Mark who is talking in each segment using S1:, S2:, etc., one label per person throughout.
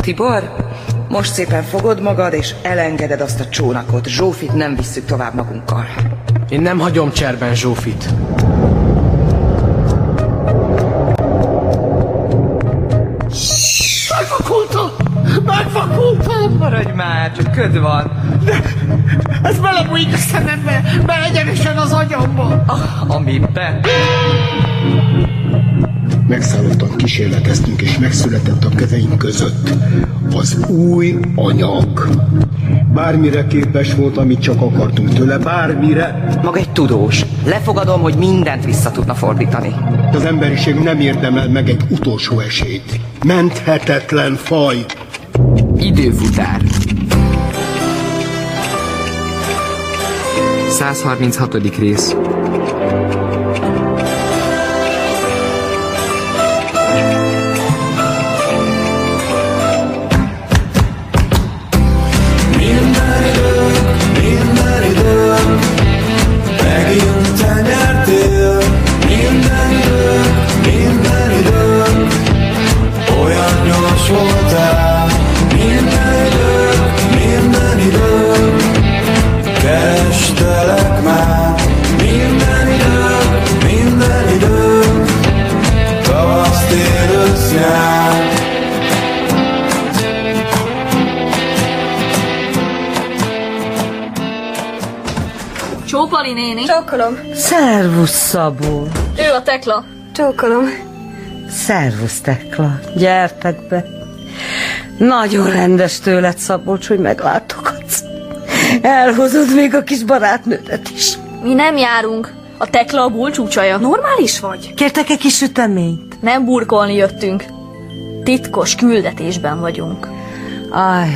S1: Tibor, most szépen fogod magad, és elengeded azt a csónakot. Zsófit nem visszük tovább magunkkal.
S2: Én nem hagyom cserben Zsófit.
S3: Megfakultam! Megfakultam!
S1: Maradj már, csak köd van.
S3: Ez belebújik a szemembe, beegyenesen az agyamba!
S1: Amibe.
S4: Megszállottan kísérleteztünk, és megszületett a kezeink között az új anyag. Bármire képes volt, amit csak akartunk tőle, bármire.
S1: Maga egy tudós. Lefogadom, hogy mindent vissza tudna fordítani.
S4: Az emberiség nem érdemel meg egy utolsó esélyt. Menthetetlen faj.
S5: Időfutár 136. rész
S6: Csópali néni.
S7: Csókolom,
S8: Szervusz, Szabó.
S6: Ő a tekla.
S7: csókolom.
S8: Szervusz, Tekla. Gyertek be. Nagyon rendes tőled, Szabolcs, hogy meglátogatsz. Elhozod még a kis barátnődet is.
S6: Mi nem járunk. A tekla a bulcsúcsaja. Normális vagy?
S8: Kértek egy kis süteményt?
S6: Nem burkolni jöttünk. Titkos küldetésben vagyunk.
S8: Aj,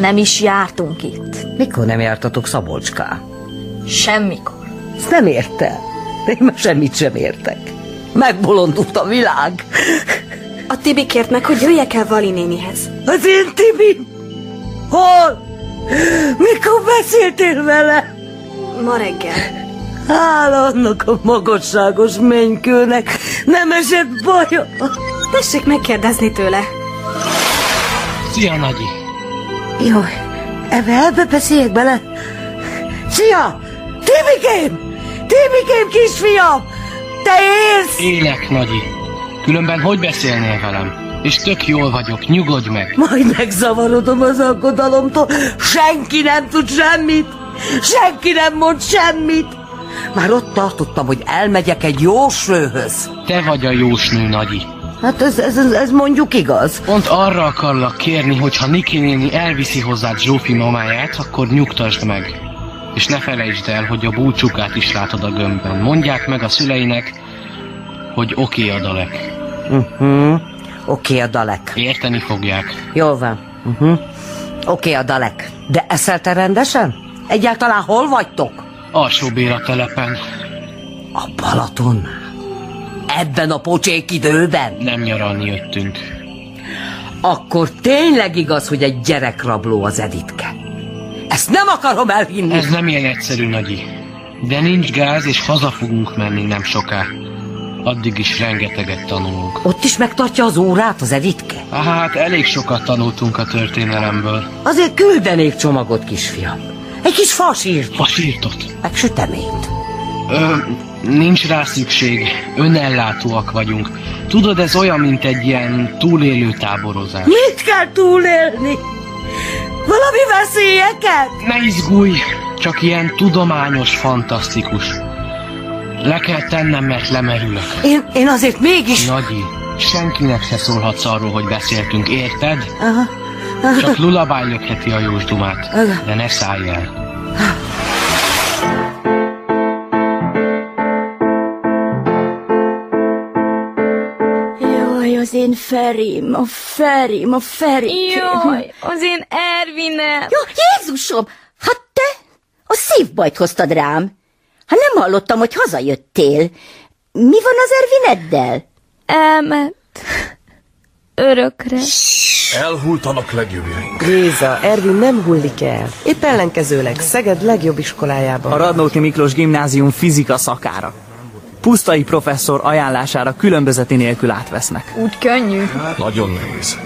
S6: Nem is jártunk itt.
S8: mikor nem jártatok Szabolcská?
S6: Semmikor.
S8: Ezt nem értem. Én már semmit sem értek. Megbolondult a világ.
S7: A Tibi kért meg, hogy jöjjek el Vali nénihez.
S8: Az én Tibi! Hol? Mikor beszéltél vele?
S7: Ma reggel.
S8: Hála annak a magasságos mennykőnek nem esett baja.
S7: Tessék megkérdezni tőle.
S2: Szia, Nagyi.
S8: Jó, ebbe elbe beszéljek bele. Szia! Tibikém! Tibikém, kisfiam! Te élsz?
S2: Élek, Nagyi. Különben hogy beszélnél velem? És tök jól vagyok, nyugodj meg.
S8: Majd megzavarodom az aggodalomtól. Senki nem tud semmit. Senki nem mond semmit. Már ott tartottam, hogy elmegyek egy jóslőhöz.
S2: Te vagy a jósnő, Nagyi.
S8: Hát ez, ez, ez, ez mondjuk igaz.
S2: Pont arra akarlak kérni, hogy ha Niki néni elviszi hozzád Zsófi mamáját, akkor nyugtasd meg. És ne felejtsd el, hogy a búcsukát is látod a gömbben. Mondják meg a szüleinek, hogy oké a dalek.
S8: Uh-huh. Oké, a dalek.
S2: Érteni fogják.
S8: Jól van.
S2: Mhm.
S8: Uh-huh. Oké, a dalek. De eszelte rendesen? Egyáltalán hol vagytok?
S2: Alsó Béla telepen.
S8: A Balaton. Ebben a pocsék időben?
S2: Nem nyaralni jöttünk.
S8: Akkor tényleg igaz, hogy egy gyerekrabló az Editke. Ezt nem akarom elhinni.
S2: Ez nem ilyen egyszerű, Nagyi. De nincs gáz, és haza fogunk menni nem soká. Addig is rengeteget tanulunk.
S8: Ott is megtartja az órát az Editke?
S2: Hát elég sokat tanultunk a történelemből.
S8: Azért küldenék csomagot, kisfiam. Egy kis fasírt,
S2: A sírtot.
S8: meg süteményt.
S2: Ö, nincs rá szükség, önellátóak vagyunk. Tudod, ez olyan, mint egy ilyen túlélő táborozás.
S8: Mit kell túlélni? Valami veszélyeket?
S2: Ne izgulj, csak ilyen tudományos, fantasztikus. Le kell tennem, mert lemerülök.
S8: Én, én azért mégis...
S2: Nagyi, senkinek se szólhatsz arról, hogy beszéltünk, érted?
S8: Aha.
S2: Csak lulabáj lökheti a jósdumát, de ne szállj el.
S9: Jaj, az én Ferim, a Ferim, a Ferim.
S6: Jaj, az én Ervinem.
S9: Jó, Jézusom, hát te a szívbajt hoztad rám. Hát nem hallottam, hogy hazajöttél. Mi van az Ervineddel?
S6: Elment. Örökre.
S10: Elhultanak legjobbjaink.
S11: Géza, Ervin nem hullik el. Épp ellenkezőleg Szeged legjobb iskolájában.
S12: A Radnóti Miklós Gimnázium fizika szakára. Pusztai professzor ajánlására különbözeti nélkül átvesznek.
S6: Úgy könnyű.
S10: Nagyon nehéz.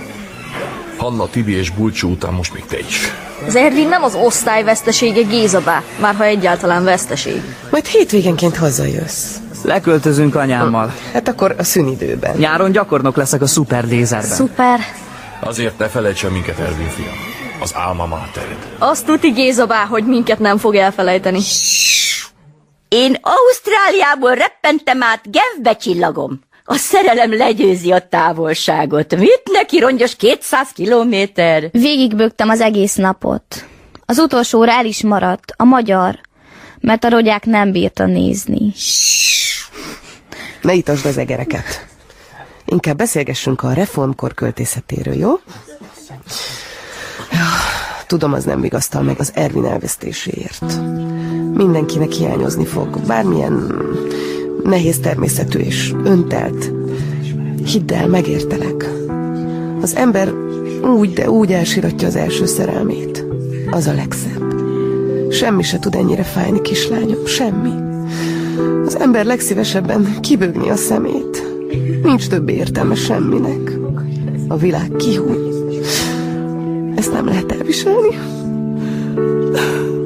S10: Hanna, Tibi és Bulcsú után most még te is.
S13: Az Ervin nem az osztály vesztesége Gézabá, már ha egyáltalán veszteség.
S11: Majd hétvégenként hazajössz.
S12: Leköltözünk anyámmal.
S11: Hát akkor a szünidőben.
S12: Nyáron gyakornok leszek a szuper lézerben.
S13: Szuper.
S10: Azért ne felejts el minket, Ervin fiam. Az álma mátered.
S13: Azt tuti Gézabá, hogy minket nem fog elfelejteni.
S9: Én Ausztráliából reppentem át Genfbe csillagom. A szerelem legyőzi a távolságot. Mit neki rongyos 200 kilométer?
S14: Végigbögtem az egész napot. Az utolsó óra el is maradt, a magyar, mert a rogyák nem bírta nézni.
S11: Ne itasd az egereket. Inkább beszélgessünk a reformkor költészetéről, jó? Ja, Tudom, az nem vigasztal meg az Ervin elvesztéséért. Mindenkinek hiányozni fog, bármilyen nehéz természetű és öntelt. Hidd el, megértelek. Az ember úgy, de úgy elsiratja az első szerelmét. Az a legszebb. Semmi se tud ennyire fájni, kislányom, semmi. Az ember legszívesebben kibőgni a szemét. Nincs több értelme semminek. A világ kihúny. Ezt nem lehet elviselni.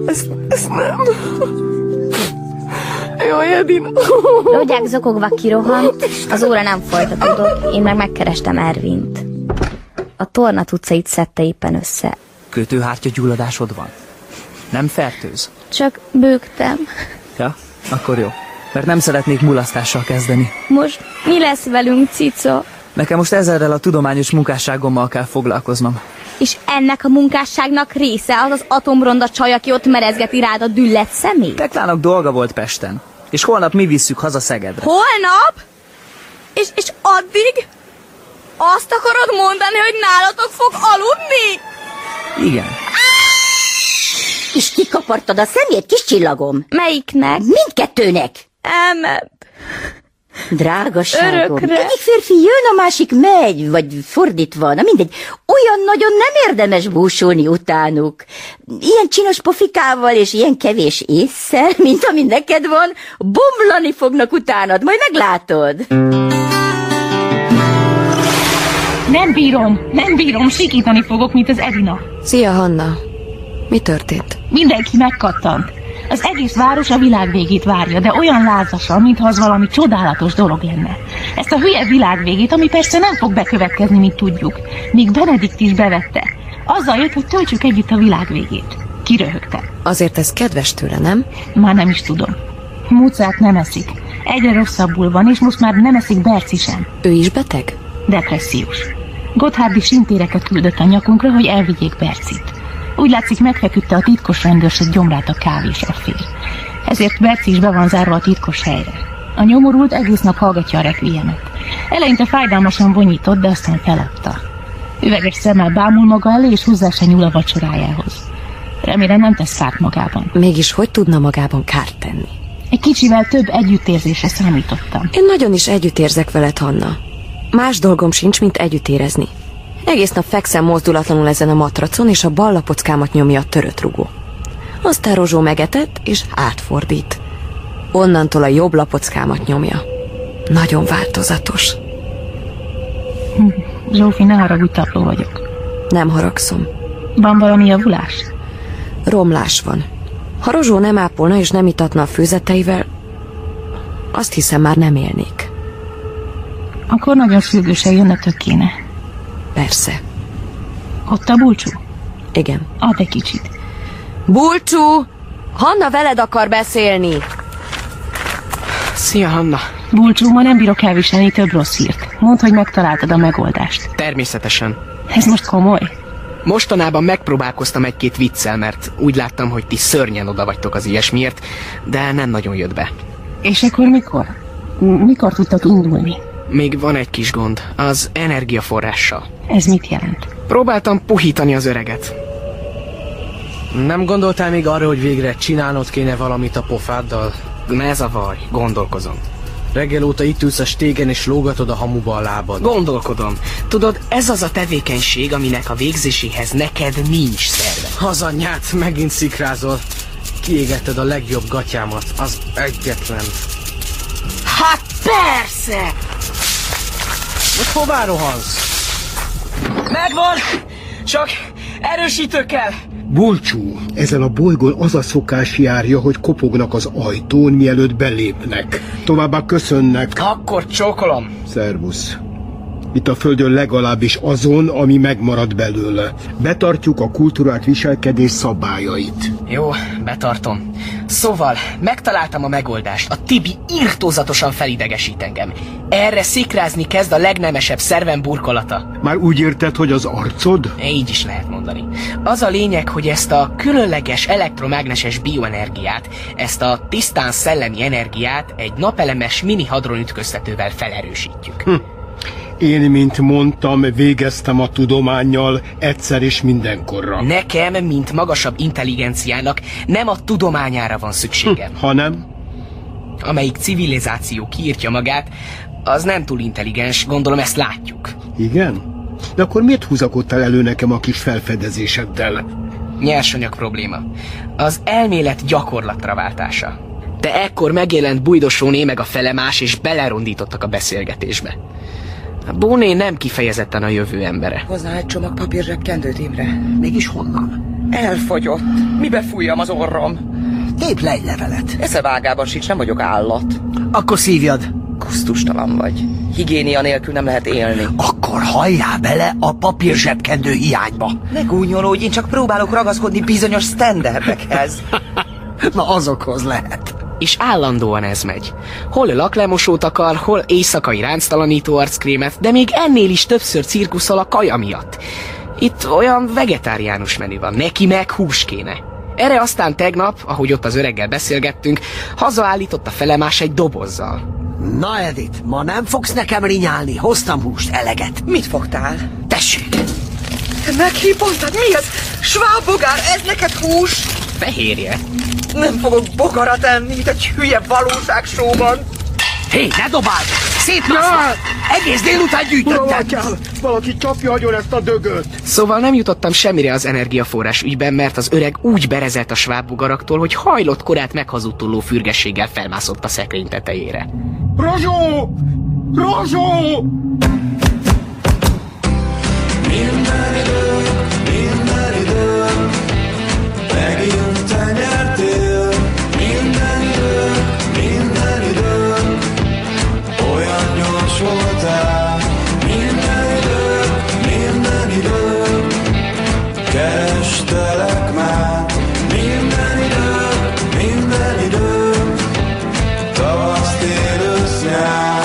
S11: Ezt, ezt nem. Jaj, Edina.
S14: Rogyák zokogva kirohant, az óra nem folytatódott, én meg megkerestem Ervint. A torna utcait szedte éppen össze.
S12: Kötőhártya gyulladásod van. Nem fertőz.
S14: Csak bőgtem.
S12: Ja, akkor jó. Mert nem szeretnék mulasztással kezdeni.
S14: Most mi lesz velünk, cica?
S12: Nekem most ezerrel a tudományos munkásságommal kell foglalkoznom.
S14: És ennek a munkásságnak része az az atomronda csaj, aki ott merezgeti rád a düllett szemét?
S12: Teklának dolga volt Pesten. És holnap mi visszük haza Szegedre.
S3: Holnap? És, és addig? Azt akarod mondani, hogy nálatok fog aludni?
S12: Igen.
S9: És kikapartad a szemét, kis csillagom?
S14: Melyiknek?
S9: Mindkettőnek.
S3: Elment.
S9: Drágaságom.
S3: Örökre.
S9: Egyik férfi jön, a másik megy, vagy fordítva. Na mindegy, olyan nagyon nem érdemes búsulni utánuk. Ilyen csinos pofikával és ilyen kevés észszel, mint ami neked van, bomlani fognak utánad, majd meglátod.
S15: Nem bírom, nem bírom, sikítani fogok, mint az Edina.
S16: Szia, Hanna! Mi történt?
S15: Mindenki megkattant. Az egész város a világ végét várja, de olyan lázasan, mintha az valami csodálatos dolog lenne. Ezt a hülye világ végét, ami persze nem fog bekövetkezni, mint tudjuk. Még Benedikt is bevette. Azzal jött, hogy töltsük együtt a világ végét. Kiröhögte.
S16: Azért ez kedves tőle, nem?
S15: Már nem is tudom. Mozart nem eszik. Egyre rosszabbul van, és most már nem eszik Berci sem.
S16: Ő is beteg?
S15: Depressziós. Gotthárdi sintéreket küldött a nyakunkra, hogy elvigyék Bercit. Úgy látszik, megfeküdte a titkos rendőrség gyomrát a kávés fér. Ezért Berci is be van zárva a titkos helyre. A nyomorult egész nap hallgatja a requiemet. Eleinte fájdalmasan vonyított, de aztán feladta. Üveges szemmel bámul maga elé, és hozzá se nyúl a vacsorájához. Remélem nem tesz kárt magában.
S16: Mégis hogy tudna magában kárt tenni?
S15: Egy kicsivel több együttérzésre számítottam.
S16: Én nagyon is együtt érzek veled, Hanna. Más dolgom sincs, mint együtt érezni. Egész nap fekszem mozdulatlanul ezen a matracon, és a bal lapockámat nyomja a törött rugó. Aztán Rozsó megetett, és átfordít. Onnantól a jobb lapockámat nyomja. Nagyon változatos.
S15: Hm, Zsófi, ne haragudj, tapló vagyok.
S16: Nem haragszom.
S15: Van valami javulás?
S16: Romlás van. Ha Rozsó nem ápolna és nem itatna a főzeteivel, azt hiszem már nem élnék.
S15: Akkor nagyon sürgősen jönnötök kéne.
S16: Persze.
S15: Ott a bulcsú?
S16: Igen.
S15: Add egy kicsit.
S16: Bulcsú! Hanna veled akar beszélni!
S17: Szia, Hanna!
S15: Bulcsú, ma nem bírok elviselni több rossz hírt. Mondd, hogy megtaláltad a megoldást.
S17: Természetesen.
S15: Ez most komoly?
S17: Mostanában megpróbálkoztam egy-két viccel, mert úgy láttam, hogy ti szörnyen oda vagytok az ilyesmiért, de nem nagyon jött be.
S15: És akkor mikor? M- Mikor tudtak indulni?
S17: Még van egy kis gond, az energiaforrással.
S15: Ez mit jelent?
S17: Próbáltam puhítani az öreget.
S2: Nem gondoltál még arra, hogy végre csinálnod kéne valamit a pofáddal?
S17: Ne ez a baj, gondolkozom.
S2: Reggel óta itt ülsz a stégen és lógatod a hamuba a lábad.
S17: Gondolkodom. Tudod, ez az a tevékenység, aminek a végzéséhez neked nincs szerve.
S2: Hazanyát, megint szikrázol. Kiégetted a legjobb gatyámat, az egyetlen.
S3: Hát persze!
S2: Most hová rohansz?
S12: Megvan!
S17: Csak erősítő kell!
S4: Bulcsú, ezen a bolygón az a szokás járja, hogy kopognak az ajtón, mielőtt belépnek. Továbbá köszönnek.
S17: Akkor csókolom.
S4: Szervusz. Itt a Földön legalábbis azon, ami megmarad belőle. Betartjuk a kulturált viselkedés szabályait.
S17: Jó, betartom. Szóval, megtaláltam a megoldást. A Tibi írtózatosan felidegesít engem. Erre szikrázni kezd a legnemesebb szervem burkolata.
S4: Már úgy érted, hogy az arcod?
S17: Így is lehet mondani. Az a lényeg, hogy ezt a különleges elektromágneses bioenergiát, ezt a tisztán szellemi energiát egy napelemes mini hadronütköztetővel felerősítjük. Hm.
S4: Én, mint mondtam, végeztem a tudományjal egyszer és mindenkorra.
S17: Nekem, mint magasabb intelligenciának nem a tudományára van szükségem. Hm,
S4: hanem?
S17: Amelyik civilizáció kiírtja magát, az nem túl intelligens, gondolom ezt látjuk.
S4: Igen? De akkor miért húzakodtál elő nekem a kis felfedezéseddel?
S17: Nyersanyag probléma. Az elmélet gyakorlatra váltása. De ekkor megjelent bujdosóné meg a felemás, és belerondítottak a beszélgetésbe. A Bóné nem kifejezetten a jövő embere.
S1: Hozzá egy csomag papírrepkendőt, Imre.
S3: Mégis honnan?
S1: Elfogyott. Mibe fújjam az orrom?
S3: Tép le egy levelet.
S1: Eszevágában sincs, nem vagyok állat.
S3: Akkor szívjad.
S1: Kusztustalan vagy. Higiénia nélkül nem lehet élni.
S3: Akkor halljál bele a papír zsebkendő hiányba.
S17: Ne gúnyolódj, én csak próbálok ragaszkodni bizonyos sztenderdekhez.
S3: Na azokhoz lehet.
S17: És állandóan ez megy. Hol laklemosót akar, hol éjszakai ránctalanító arckrémet, de még ennél is többször cirkuszol a kaja miatt. Itt olyan vegetáriánus menü van, neki meg hús kéne. Erre aztán tegnap, ahogy ott az öreggel beszélgettünk, hazaállított a felemás egy dobozzal.
S3: Na Edith, ma nem fogsz nekem rinyálni, hoztam húst, eleget.
S1: Mit fogtál?
S3: Tessék!
S1: Te meghipottad? Mi ez? Svábbogár, ez neked hús?
S17: Fehérje.
S1: Nem fogok bogarat enni, mint egy hülye valóságsóban.
S3: Hé, hey, ne dobáld! Szétmászlak! Egész délután gyűjtöttem!
S4: kell! Valaki csapja agyon ezt a dögöt!
S17: Szóval nem jutottam semmire az energiaforrás ügyben, mert az öreg úgy berezett a svábbugaraktól, hogy hajlott korát meghazudtoló fürgességgel felmászott a szekrény tetejére.
S4: Rozsó! Rozsó!
S6: Minden időnk, minden időnk, megint te nyertél. Minden időnk, minden időnk, olyan gyors voltál. Minden időnk, minden időnk, kerestelek már. Minden időnk, minden időnk, tavasz, tél, ősz, nyár.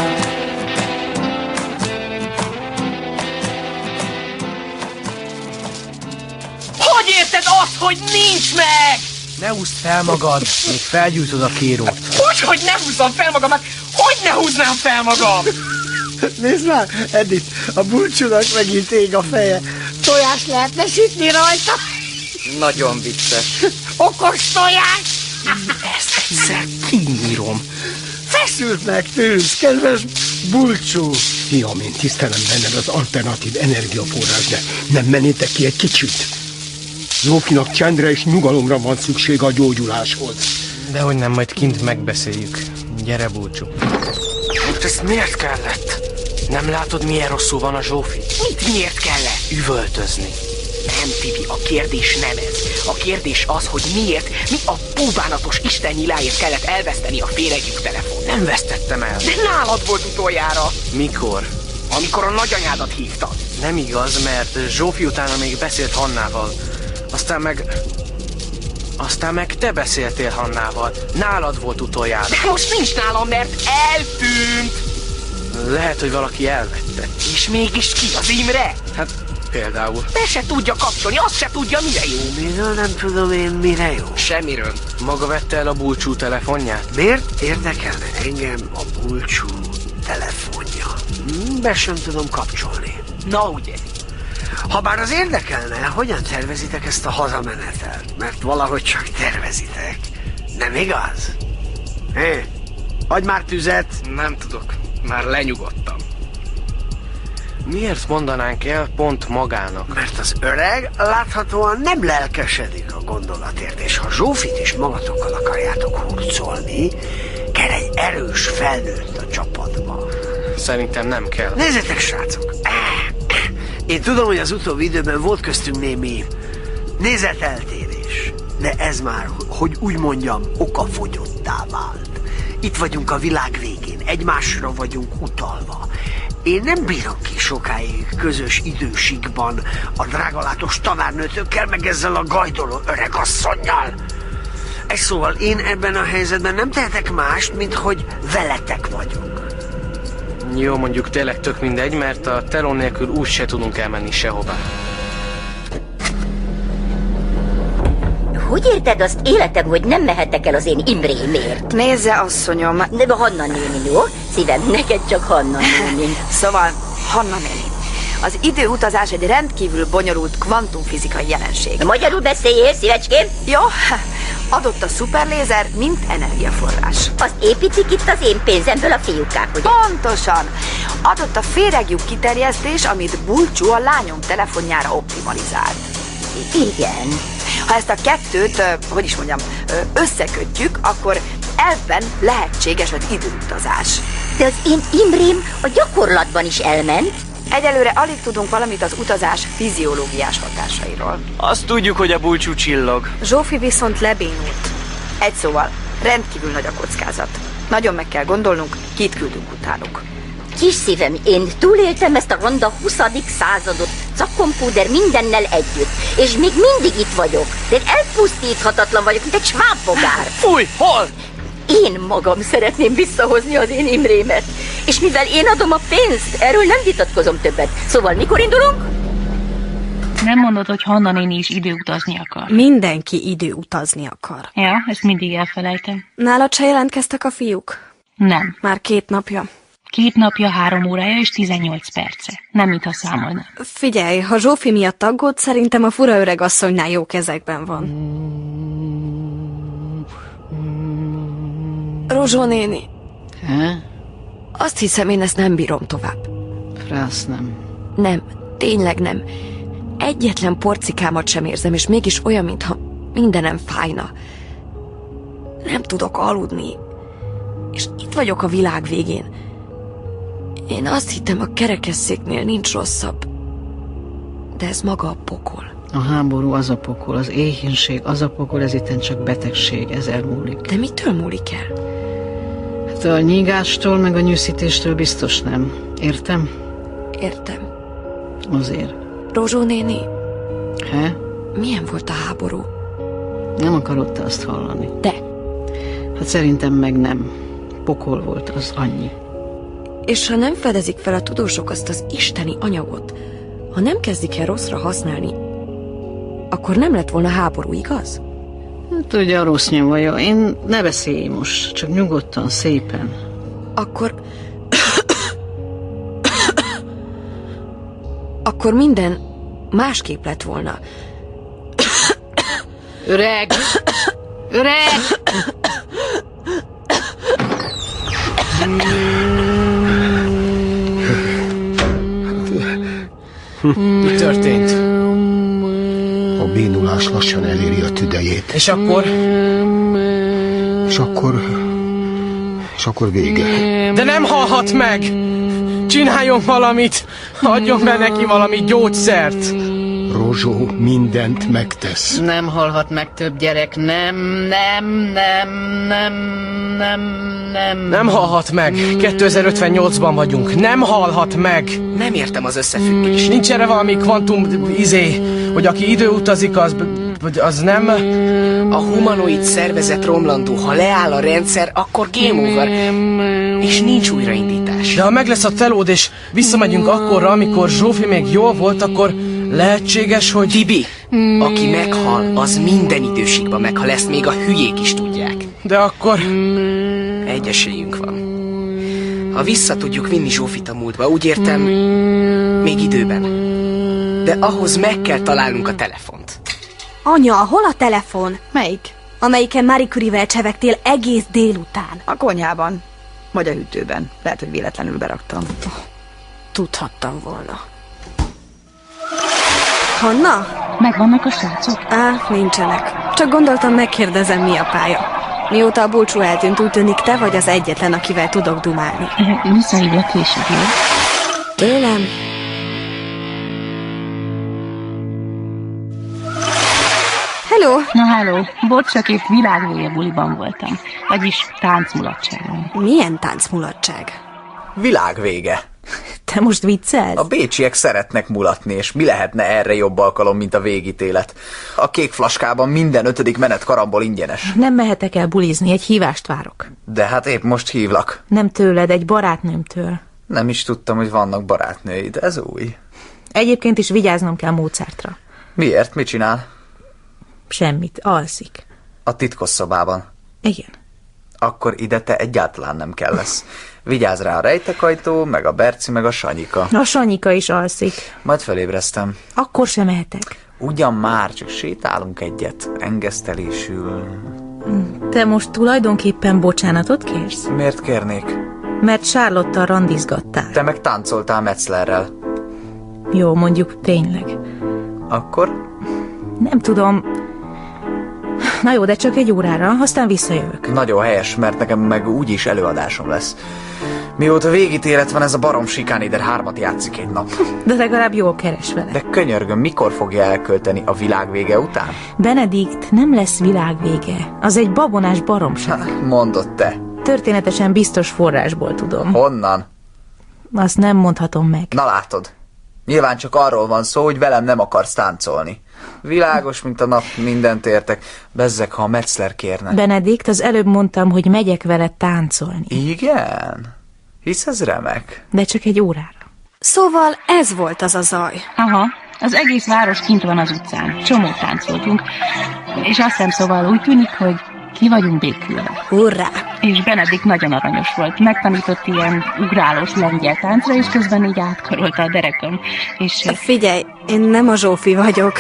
S17: Hogy érted azt, hogy nincs meg?
S2: Ne úszd fel magad, még felgyújtod a kérót.
S17: Hogy, hogy ne húzzam fel magamat? Hogy ne húznám fel magam?
S18: Nézd már, Edith, a bulcsúnak megint ég a feje. Tojás lehetne sütni rajta?
S1: Nagyon vicces.
S18: Okos tojás!
S17: Ezt egyszer kinyírom.
S18: Feszültnek tűz, kedves bulcsú.
S4: Fiam, én tisztelem benned az alternatív energiaforrás, de nem mennétek ki egy kicsit. Zófinak csendre és nyugalomra van szüksége a gyógyuláshoz.
S2: De hogy nem, majd kint megbeszéljük. Gyere, búcsú.
S17: Hát
S2: Most ez miért kellett? Nem látod, milyen rosszul van a Zsófi?
S17: Mit miért kellett?
S2: Üvöltözni.
S17: Nem, Tibi, a kérdés nem ez. A kérdés az, hogy miért, mi a búbánatos Isten nyiláért kellett elveszteni a féregjük telefon.
S2: Nem vesztettem el.
S17: De nálad volt utoljára,
S2: Mikor?
S17: amikor a nagyanyádat hívtad.
S2: Nem igaz, mert Zsófi utána még beszélt Hannával. Aztán meg... Aztán meg te beszéltél Hannával. Nálad volt utoljára.
S17: De most nincs nálam, mert eltűnt.
S2: Lehet, hogy valaki elvette.
S17: És mégis ki az Imre?
S2: Hát például.
S17: Be se tudja kapcsolni, azt se tudja, mire jó.
S3: Miről nem tudom én, mire jó?
S17: Semmiről.
S2: Maga vette el a bulcsú telefonját?
S3: Miért érdekelne engem a bulcsú telefonja? Hm, Be sem tudom kapcsolni.
S17: Na ugye.
S3: Ha bár az érdekelne, hogyan tervezitek ezt a hazamenetelt? Mert valahogy csak tervezitek. Nem igaz? Hé, adj már tüzet!
S17: Nem tudok. Már lenyugodtam.
S2: Miért mondanánk el pont magának?
S3: Mert az öreg láthatóan nem lelkesedik a gondolatért, és ha Zsófit is magatokkal akarjátok hurcolni, kell egy erős felnőtt a csapatba.
S2: Szerintem nem kell.
S3: Nézzétek, srácok! Én tudom, hogy az utóbbi időben volt köztünk némi nézeteltérés, de ez már, hogy úgy mondjam, okafogyottá vált. Itt vagyunk a világ végén, egymásra vagyunk utalva. Én nem bírom ki sokáig közös idősikban a drágalátos tanárnőtökkel, meg ezzel a gajdoló öregasszonnyal. Egy szóval én ebben a helyzetben nem tehetek mást, mint hogy veletek vagyok.
S2: Jó, mondjuk tényleg tök mindegy, mert a telon nélkül úgy se tudunk elmenni sehová.
S9: Hogy érted azt életem, hogy nem mehetek el az én Imrémért? Nézze, asszonyom. Nem a Hanna néni, jó? Szívem, neked csak Hanna néni.
S19: Szóval, Hanna néni, az időutazás egy rendkívül bonyolult kvantumfizikai jelenség.
S9: Magyarul beszéljél, szívecském?
S19: Jó, adott a szuperlézer, mint energiaforrás.
S9: Az építik itt az én pénzemből a fiúkák, ugye?
S19: Pontosan! Adott a féregjú kiterjesztés, amit Bulcsú a lányom telefonjára optimalizált.
S9: Igen.
S19: Ha ezt a kettőt, ö, hogy is mondjam, ö, összekötjük, akkor elvben lehetséges az időutazás.
S9: De az én Imrém a gyakorlatban is elment.
S19: Egyelőre alig tudunk valamit az utazás fiziológiás hatásairól.
S20: Azt tudjuk, hogy a bulcsú csillog.
S19: Zsófi viszont lebénult. Egy szóval, rendkívül nagy a kockázat. Nagyon meg kell gondolnunk, kit küldünk utánuk.
S9: Kis szívem, én túléltem ezt a ronda 20. századot, cakkompúder mindennel együtt, és még mindig itt vagyok. De én elpusztíthatatlan vagyok, mint egy svábbogár.
S20: Fúj, hol?
S9: Én magam szeretném visszahozni az én Imrémet. És mivel én adom a pénzt, erről nem vitatkozom többet. Szóval mikor indulunk?
S15: Nem mondod, hogy Hanna néni is időutazni akar.
S7: Mindenki időutazni akar.
S15: Ja, ezt mindig elfelejtem.
S7: Nálad se jelentkeztek a fiúk?
S15: Nem.
S7: Már két napja.
S15: Két napja, három órája és 18 perce. Nem, mintha számolnak.
S7: Figyelj, ha Zsófi miatt aggód, szerintem a fura öreg asszonynál jó kezekben van.
S16: Rózsó néni,
S21: He?
S16: azt hiszem, én ezt nem bírom tovább.
S21: Frász nem.
S16: Nem, tényleg nem. Egyetlen porcikámat sem érzem, és mégis olyan, mintha mindenem fájna. Nem tudok aludni. És itt vagyok a világ végén. Én azt hittem, a kerekesszéknél nincs rosszabb. De ez maga a pokol.
S21: A háború az a pokol, az éhínség az a pokol, ez itten csak betegség, ez elmúlik.
S16: De mitől múlik el?
S21: Hát a nyígástól, meg a nyűszítéstől biztos nem. Értem?
S16: Értem.
S21: Azért.
S16: Rózsó néni,
S21: He?
S16: milyen volt a háború?
S21: Nem akarod te azt hallani.
S16: De.
S21: Hát szerintem meg nem. Pokol volt, az annyi.
S16: És ha nem fedezik fel a tudósok azt az isteni anyagot, ha nem kezdik el rosszra használni, akkor nem lett volna háború, igaz?
S21: Tudja, Hát, a rossz nyomvaja. Én ne beszélj most, csak nyugodtan, szépen.
S16: Akkor... Akkor minden másképp lett volna.
S21: Öreg! Öreg!
S4: Mi történt? A bénulás lassan eléri a tüdejét.
S20: És akkor?
S4: És akkor... És akkor vége.
S20: De nem halhat meg! Csináljon valamit! Adjon be neki valami gyógyszert!
S4: Rozsó mindent megtesz.
S21: Nem halhat meg több gyerek, nem, nem, nem, nem, nem, nem.
S20: Nem halhat meg! 2058-ban vagyunk. Nem halhat meg!
S5: Nem értem az összefüggést.
S20: Nincs erre valami kvantum izé, hogy aki időutazik, az, az nem...
S5: A humanoid szervezet romlandó, ha leáll a rendszer, akkor game over, és nincs újraindítás.
S20: De ha meg lesz a telód, és visszamegyünk akkorra, amikor Zsófi még jól volt, akkor lehetséges, hogy...
S5: Tibi, aki meghal, az minden időségben meghal, ezt még a hülyék is tudják.
S20: De akkor...
S5: Egy esélyünk van. Ha vissza tudjuk vinni Zsófit a múltba, úgy értem, még időben. De ahhoz meg kell találnunk a telefont.
S7: Anya, hol a telefon?
S19: Melyik?
S7: Amelyiken Marie Curie-vel csevegtél egész délután.
S19: A konyhában. Vagy a hűtőben. Lehet, hogy véletlenül beraktam.
S7: Tudhattam volna. Hanna?
S15: Megvannak a srácok?
S7: Á, nincsenek. Csak gondoltam, megkérdezem, mi a pálya. Mióta a bulcsú eltűnt, úgy tűnik, te vagy az egyetlen, akivel tudok dumálni.
S15: Visszahívja később, jó?
S7: Tőlem? Hello!
S15: Na, hello! Bocs, csak épp világvége buliban voltam. Vagyis táncmulatságon.
S7: Milyen táncmulatság?
S22: Világvége.
S7: Te most viccelsz?
S22: A bécsiek szeretnek mulatni, és mi lehetne erre jobb alkalom, mint a végítélet? A kék flaskában minden ötödik menet karamból ingyenes.
S8: Nem mehetek el bulizni, egy hívást várok.
S22: De hát épp most hívlak.
S8: Nem tőled, egy barátnőmtől.
S22: Nem is tudtam, hogy vannak barátnőid. Ez új.
S8: Egyébként is vigyáznom kell Mozartra.
S22: Miért? Mit csinál?
S8: Semmit, alszik.
S22: A titkos szobában.
S8: Igen.
S22: Akkor ide te egyáltalán nem kell lesz. Vigyázz rá a rejtekajtó, meg a Berci, meg a Sanyika.
S8: A Sanyika is alszik.
S22: Majd felébreztem.
S8: Akkor sem mehetek.
S22: Ugyan már, csak sétálunk egyet. Engesztelésül.
S8: Hm. Te most tulajdonképpen bocsánatot kérsz?
S22: Miért kérnék?
S8: Mert Charlotte-tal randizgattál.
S22: Te meg táncoltál Metzlerrel.
S8: Jó, mondjuk tényleg.
S22: Akkor?
S8: Nem tudom. Na jó, de csak egy órára, aztán visszajövök.
S22: Nagyon helyes, mert nekem meg úgyis előadásom lesz. Mióta végítélet van, ez a barom sikánider hármat játszik egy nap.
S8: De legalább jól keres vele.
S22: De könyörgöm, mikor fogja elkölteni a világ vége után?
S8: Benedikt, nem lesz világvége. Az egy babonás baromság.
S22: Mondott te.
S8: Történetesen biztos forrásból tudom.
S22: Honnan?
S8: Azt nem mondhatom meg.
S22: Na látod. Nyilván csak arról van szó, hogy velem nem akarsz táncolni. Világos, mint a nap, mindent értek. Bezzek, ha a Metzler kérne.
S8: Benedikt, az előbb mondtam, hogy megyek vele táncolni.
S22: Igen? Hisz ez remek.
S8: De csak egy órára.
S7: Szóval ez volt az a zaj.
S15: Aha, az egész város kint van az utcán. Csomó táncoltunk. És azt hiszem szóval úgy tűnik, hogy ki vagyunk békülve.
S7: Hurrá!
S15: És Benedik nagyon aranyos volt. Megtanított ilyen ugrálós lengyel táncra, és közben így átkarolta a derekem. És...
S7: Figyelj, én nem a Zsófi vagyok.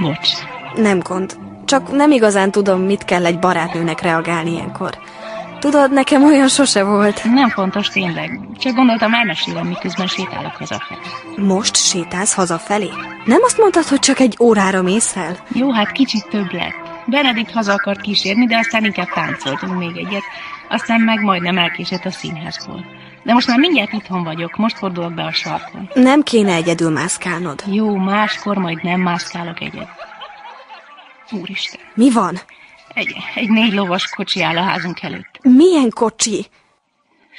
S15: Bocs.
S7: Nem gond. Csak nem igazán tudom, mit kell egy barátnőnek reagálni ilyenkor. Tudod, nekem olyan sose volt.
S15: Nem fontos tényleg. Csak gondoltam elmesélem, miközben sétálok hazafelé.
S7: Most sétálsz hazafelé? Nem azt mondtad, hogy csak egy órára mész el?
S15: Jó, hát kicsit több lett. Benedikt haza akart kísérni, de aztán inkább táncoltunk még egyet. Aztán meg majdnem elkésett a színházból. De most már mindjárt itthon vagyok, most fordulok be a sarkon.
S7: Nem kéne egyedül mászkálnod.
S15: Jó, máskor majd nem mászkálok egyet. Úristen.
S7: Mi van?
S15: Egy, egy négy lovas kocsi áll a házunk előtt.
S7: Milyen kocsi?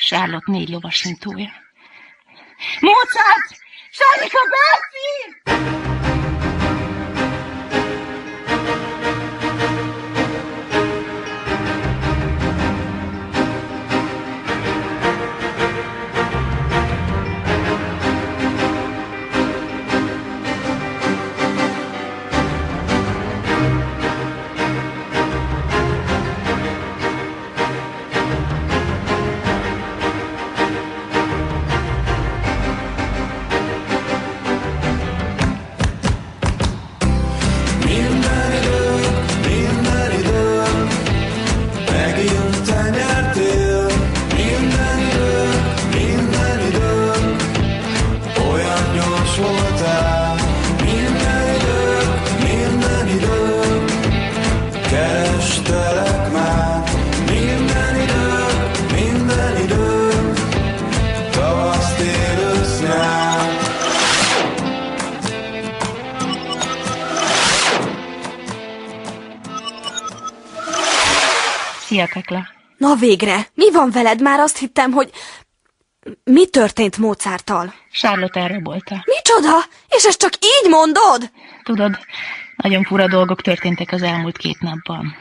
S15: Charlotte négy lovas mintója. Mozart! Sárika Berci! Szia, Tekla.
S7: Na végre! Mi van veled? Már azt hittem, hogy... Mi történt Mozarttal?
S15: Charlotte elrabolta.
S7: Micsoda? És ezt csak így mondod?
S15: Tudod, nagyon fura dolgok történtek az elmúlt két napban.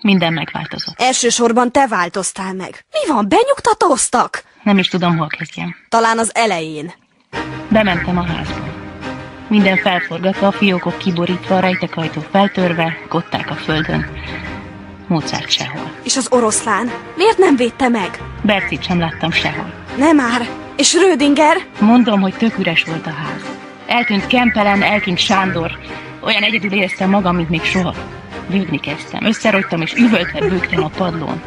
S15: Minden megváltozott.
S7: Elsősorban te változtál meg. Mi van, benyugtatóztak?
S15: Nem is tudom, hol kezdjem.
S7: Talán az elején.
S15: Bementem a házba. Minden felforgatva, a fiókok kiborítva, a rejtekajtó feltörve, kották a földön. Mozart sehol.
S7: És az oroszlán? Miért nem védte meg?
S15: Bercit sem láttam sehol.
S7: Nem már. És Rödinger?
S15: Mondom, hogy tök üres volt a ház. Eltűnt Kempelen, eltűnt Sándor. Olyan egyedül éreztem magam, mint még soha. Lőgni kezdtem, összerogytam és üvöltve bőgtem a padlón.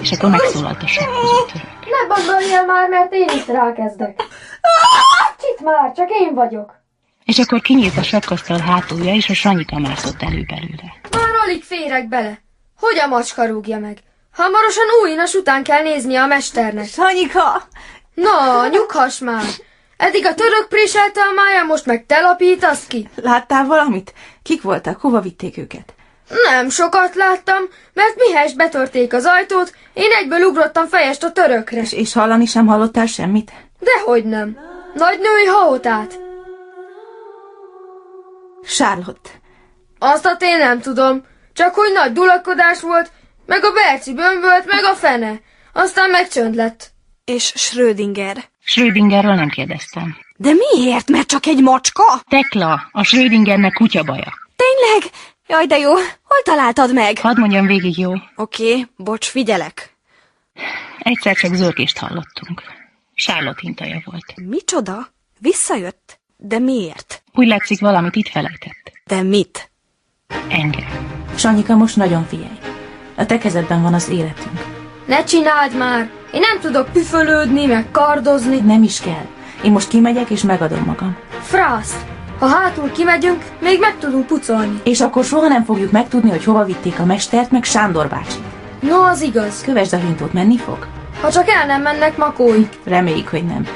S15: És akkor megszólalt a sakkozatörök.
S23: Ne bagdoljál már, mert én is rákezdek. Csit már, csak én vagyok.
S15: És akkor kinyílt a sakkasztal hátulja, és a Sanyika mászott elő belőle.
S23: Már alig férek bele. Hogy a macska rúgja meg? Hamarosan új inas után kell néznie a mesternek.
S7: Sanyika!
S23: Na, nyughass már! Eddig a török préselte a mája, most meg te lapítasz ki.
S8: Láttál valamit? Kik voltak? Hova vitték őket?
S23: Nem sokat láttam, mert mihez betörték az ajtót, én egyből ugrottam fejest a törökre.
S8: És, és hallani sem hallottál semmit?
S23: Dehogy nem. Nagy női haotát.
S8: Charlotte.
S23: Azt én nem tudom. Csak hogy nagy dulakodás volt, meg a Berci bömbölt, meg a fene. Aztán meg csönd lett.
S7: És Schrödinger.
S15: Schrödingerről nem kérdeztem.
S7: De miért? Mert csak egy macska?
S15: Tekla, a Schrödingernek kutya baja.
S7: Tényleg? Jaj, de jó. Hol találtad meg?
S15: Hadd mondjam végig, jó?
S7: Oké, okay, bocs, figyelek.
S15: Egyszer csak zörgést hallottunk. Charlotte hintaja volt.
S7: Micsoda? Visszajött? De miért?
S15: Úgy látszik, valamit itt felejtett.
S7: De mit?
S15: Engem.
S8: Sanyika, most nagyon figyelj. A te kezedben van az életünk.
S23: Ne csináld már! Én nem tudok püfölődni, meg kardozni.
S8: Nem is kell. Én most kimegyek és megadom magam.
S23: Frász! Ha hátul kimegyünk, még meg tudunk pucolni.
S8: És akkor soha nem fogjuk megtudni, hogy hova vitték a mestert, meg Sándor bácsit.
S23: No, az igaz.
S8: Kövesd a hintót, menni fog?
S23: Ha csak el nem mennek makói.
S8: Reméljük, hogy nem.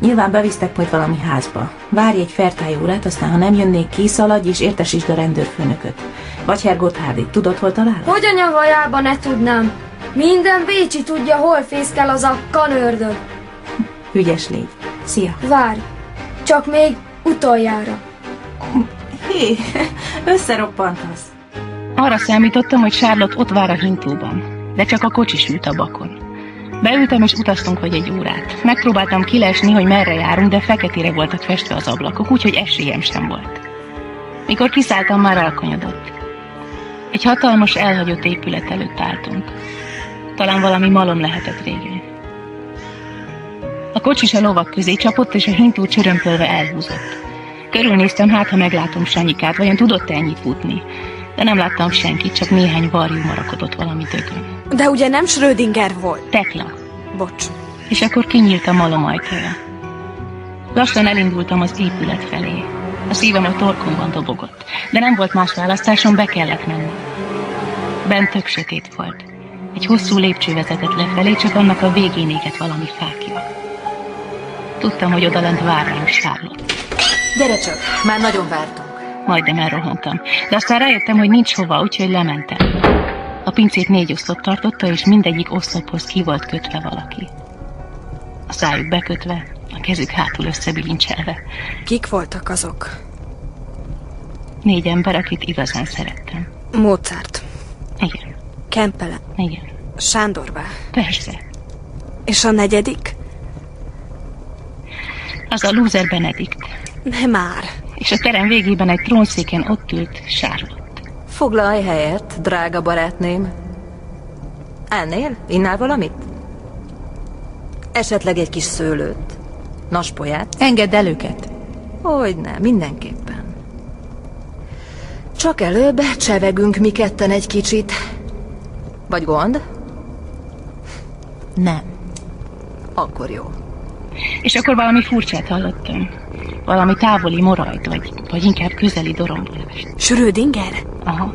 S8: Nyilván bevisztek majd valami házba. Várj egy fertály órát, aztán ha nem jönnék, kiszaladj és értesítsd a rendőrfőnököt. Vagy Herr Gotthárdit, tudod, hol talál?
S23: Hogy a vajában ne tudnám? Minden Bécsi tudja, hol fészkel az a kanördög.
S8: Ügyes légy. Szia!
S23: Várj, csak még utoljára.
S8: Hé, összeroppantasz.
S15: Arra számítottam, hogy Charlotte ott vár a hintóban, de csak a kocsis ült a bakon. Beültem és utaztunk vagy egy órát. Megpróbáltam kilesni, hogy merre járunk, de feketére voltak festve az ablakok, úgyhogy esélyem sem volt. Mikor kiszálltam, már elkanyodott. Egy hatalmas, elhagyott épület előtt álltunk. Talán valami malom lehetett régen. A kocsis a lovak közé csapott, és a hintó csörömpölve elhúzott. Körülnéztem, hát ha meglátom Sanyikát, vajon tudott-e ennyit futni? De nem láttam senkit, csak néhány varjú marakodott valami dögön.
S7: De ugye nem Schrödinger volt?
S15: Tekla.
S7: Bocs.
S15: És akkor kinyílt a malom ajtaja. Lassan elindultam az épület felé. A szívem a torkomban dobogott, de nem volt más választásom, be kellett menni. Bent tök sötét volt. Egy hosszú lépcső vezetett lefelé, csak annak a végén égett valami fákja. Tudtam, hogy odalent vár rám Charlotte.
S8: Gyere csak, már nagyon vártunk.
S15: Majdnem elrohantam, de aztán rájöttem, hogy nincs hova, úgyhogy lementem. A pincét négy oszlop tartotta, és mindegyik oszlophoz ki volt kötve valaki. A szájuk bekötve, a kezük hátul összebilincselve.
S7: Kik voltak azok?
S15: Négy ember, akit igazán szerettem.
S7: Mozart.
S15: Igen,
S7: Kempele.
S15: igen,
S7: Sándorbá.
S15: persze.
S7: És a negyedik?
S15: Az a lúzer Benedikt.
S7: Nem már.
S15: És a terem végében egy trónszéken ott ült Charlotte.
S24: Foglalj helyet, drága barátném. Ennél? Innál valamit? Esetleg egy kis szőlőt? Naspolyát?
S8: Engedd el őket.
S24: Hogyne, mindenképpen. Csak előbb csevegünk mi ketten egy kicsit. Vagy gond?
S8: Nem.
S24: Akkor jó.
S15: És akkor valami furcsát hallottam. Valami távoli morajt, vagy, vagy inkább közeli dorombolást.
S7: Schrödinger?
S15: Aha.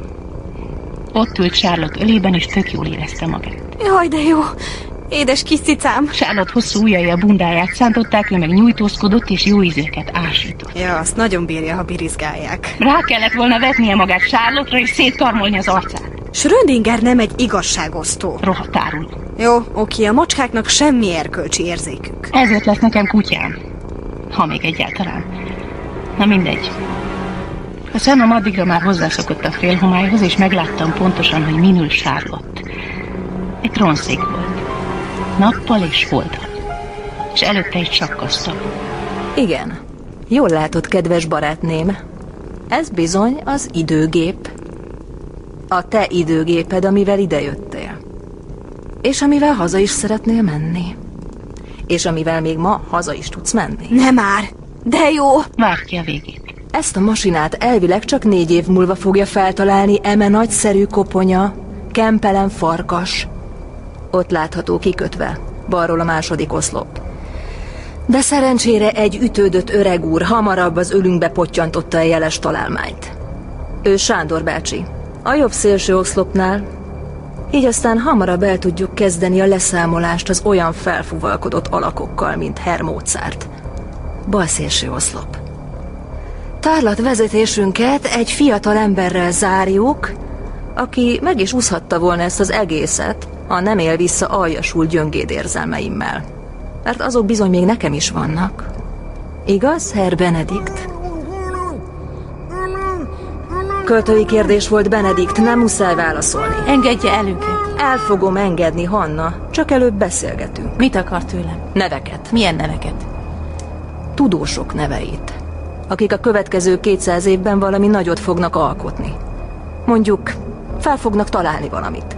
S15: Ott ült Charlotte ölében, és tök jól érezte magát.
S7: Jaj, de jó. Édes kis cicám.
S15: Charlotte hosszú ujjai a bundáját szántották, ő meg nyújtózkodott, és jó ízeket ásított.
S7: Ja, azt nagyon bírja, ha birizgálják.
S15: Rá kellett volna vetnie magát Charlotte-ra, és szétkarmolni az arcát.
S7: Schrödinger nem egy igazságosztó.
S15: Rohatárul.
S7: Jó, oké, a macskáknak semmi erkölcsi érzékük.
S15: Ezért lesz nekem kutyám. Ha még egyáltalán. Na mindegy. A szemem addigra már hozzászokott a félhomályhoz, és megláttam pontosan, hogy minül Charlotte. Egy trónszék volt. Nappal és holdal. És előtte egy sakkasztal.
S24: Igen. Jól látod, kedves barátném. Ez bizony az időgép. A te időgéped, amivel idejöttél. És amivel haza is szeretnél menni. És amivel még ma haza is tudsz menni.
S7: Nem már. De jó.
S15: Várj ki a végét.
S24: Ezt a masinát elvileg csak négy év múlva fogja feltalálni eme nagyszerű koponya, kempelen farkas. Ott látható kikötve, balról a második oszlop. De szerencsére egy ütődött öreg úr hamarabb az ölünkbe pottyantotta a jeles találmányt. Ő Sándor bácsi, a jobb szélső oszlopnál. Így aztán hamarabb el tudjuk kezdeni a leszámolást az olyan felfúvalkodott alakokkal, mint Herr Mozart. Bal szélső oszlop. Tárlatvezetésünket egy fiatal emberrel zárjuk, aki meg is úszhatta volna ezt az egészet, ha nem él vissza aljasul gyöngéd érzelmeimmel. Mert azok bizony még nekem is vannak. Igaz, Herr Benedikt? Költői kérdés volt Benedikt, nem muszáj válaszolni. Engedje el őket. El fogom engedni, Hanna. Csak előbb beszélgetünk. Mit akar tőlem? Neveket. Milyen neveket? Tudósok neveit. Akik a következő 200 évben valami nagyot fognak alkotni. Mondjuk, fel fognak találni valamit.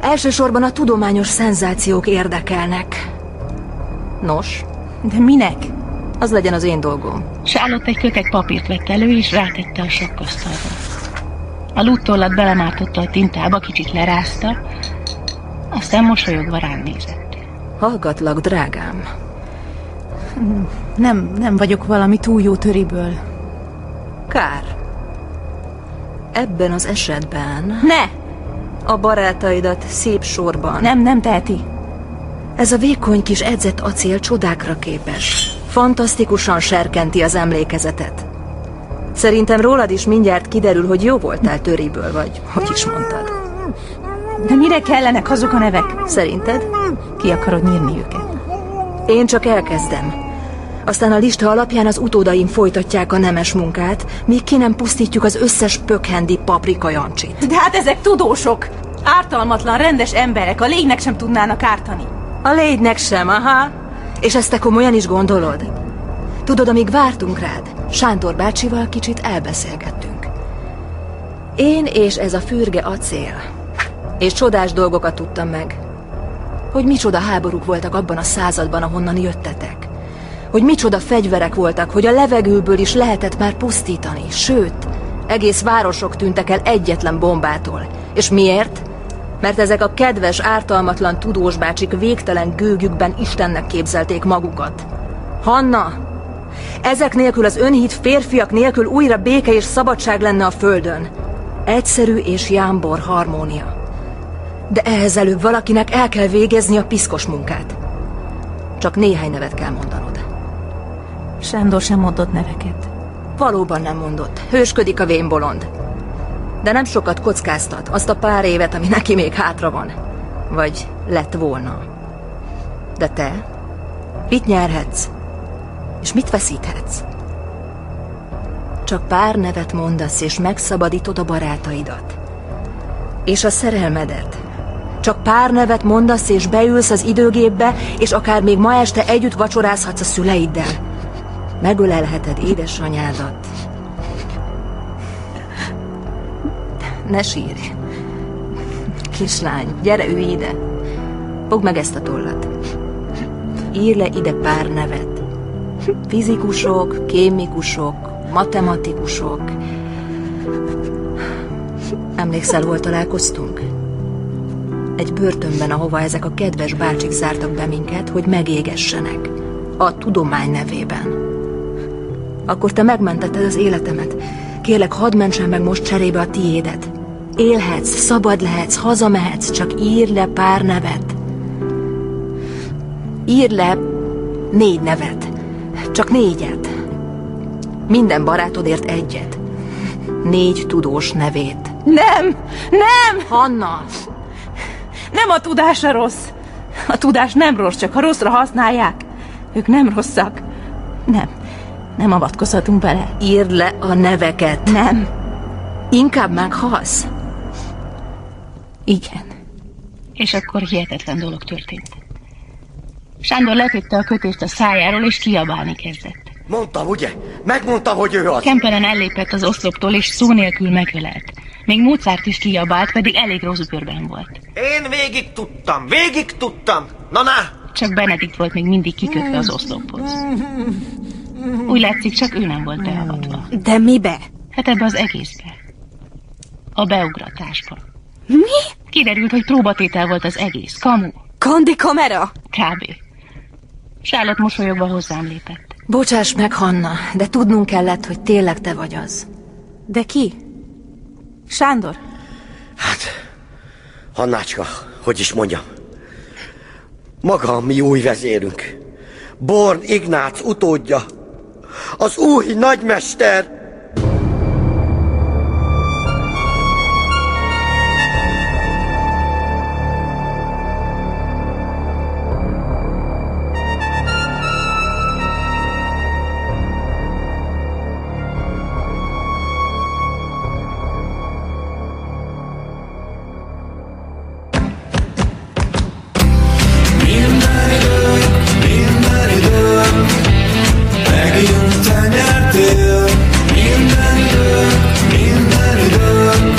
S24: Elsősorban a tudományos szenzációk érdekelnek. Nos? De minek? Az legyen az én dolgom.
S15: Sálott egy kötek papírt vett elő, és rátette a sokkasztalra. A lúttollat belemártotta a tintába, kicsit lerázta, aztán mosolyogva rám nézett.
S24: Hallgatlak, drágám.
S12: Nem, nem vagyok valami túl jó töriből.
S24: Kár. Ebben az esetben... Ne! A barátaidat szép sorban.
S12: Nem, nem teheti.
S24: Ez a vékony kis edzett acél csodákra képes. Fantasztikusan serkenti az emlékezetet. Szerintem rólad is mindjárt kiderül, hogy jó voltál töriből vagy, hogy is mondtad.
S12: De mire kellenek azok a nevek?
S24: Szerinted?
S12: Ki akarod nyírni őket?
S24: Én csak elkezdem. Aztán a lista alapján az utódaim folytatják a nemes munkát, míg ki nem pusztítjuk az összes pökhendi paprika jancsit.
S12: De hát ezek tudósok! Ártalmatlan, rendes emberek, a légnek sem tudnának ártani.
S24: A légynek sem, aha. És ezt te komolyan is gondolod? Tudod, amíg vártunk rád, Sándor bácsival kicsit elbeszélgettünk. Én és ez a fürge acél. És csodás dolgokat tudtam meg. Hogy micsoda háborúk voltak abban a században, ahonnan jöttetek. Hogy micsoda fegyverek voltak, hogy a levegőből is lehetett már pusztítani. Sőt, egész városok tűntek el egyetlen bombától. És miért? mert ezek a kedves, ártalmatlan tudós bácsik végtelen gőgükben Istennek képzelték magukat. Hanna! Ezek nélkül az önhit férfiak nélkül újra béke és szabadság lenne a földön. Egyszerű és jámbor harmónia. De ehhez előbb valakinek el kell végezni a piszkos munkát. Csak néhány nevet kell mondanod.
S12: Sándor sem mondott neveket.
S24: Valóban nem mondott. Hősködik a vénbolond. De nem sokat kockáztat, azt a pár évet, ami neki még hátra van. Vagy lett volna. De te? Mit nyerhetsz? És mit veszíthetsz? Csak pár nevet mondasz, és megszabadítod a barátaidat. És a szerelmedet. Csak pár nevet mondasz, és beülsz az időgépbe, és akár még ma este együtt vacsorázhatsz a szüleiddel. Megölelheted édesanyádat, Ne sírj. Kislány, gyere, ülj ide. Fogd meg ezt a tollat. Ír le ide pár nevet. Fizikusok, kémikusok, matematikusok. Emlékszel, hol találkoztunk? Egy börtönben, ahova ezek a kedves bácsik zártak be minket, hogy megégessenek. A tudomány nevében. Akkor te megmentetted az életemet. Kérlek, hadd mentsen meg most cserébe a tiédet. Élhetsz, szabad lehetsz, hazamehetsz, csak írd le pár nevet. Írd le négy nevet. Csak négyet. Minden barátodért egyet. Négy tudós nevét.
S12: Nem! Nem!
S24: Hanna!
S12: Nem a tudás a rossz. A tudás nem rossz, csak ha rosszra használják. Ők nem rosszak. Nem. Nem avatkozhatunk bele.
S24: Írd le a neveket.
S12: Nem.
S24: Inkább meghalsz.
S12: Igen.
S15: És akkor hihetetlen dolog történt. Sándor letépte a kötést a szájáról, és kiabálni kezdett.
S3: Mondtam, ugye? Megmondtam, hogy ő az.
S15: Kempelen ellépett az oszloptól, és szó nélkül megölelt. Még Mozart is kiabált, pedig elég rossz bőrben volt.
S3: Én végig tudtam, végig tudtam. Na, na!
S15: Csak Benedikt volt még mindig kikötve az oszlophoz. Úgy látszik, csak ő nem volt beavatva.
S12: De mibe?
S15: Hát ebbe az egészbe. A beugratásba.
S12: Mi?
S15: Kiderült, hogy próbatétel volt az egész. Kamu.
S12: Kondi kamera?
S15: Kb. Sálott mosolyogva hozzám lépett.
S24: Bocsáss meg, Hanna, de tudnunk kellett, hogy tényleg te vagy az.
S12: De ki? Sándor?
S3: Hannácska, hogy is mondjam. Maga a mi új vezérünk. Born Ignác utódja. Az új nagymester
S6: Megint nyertél Minden idők, minden idők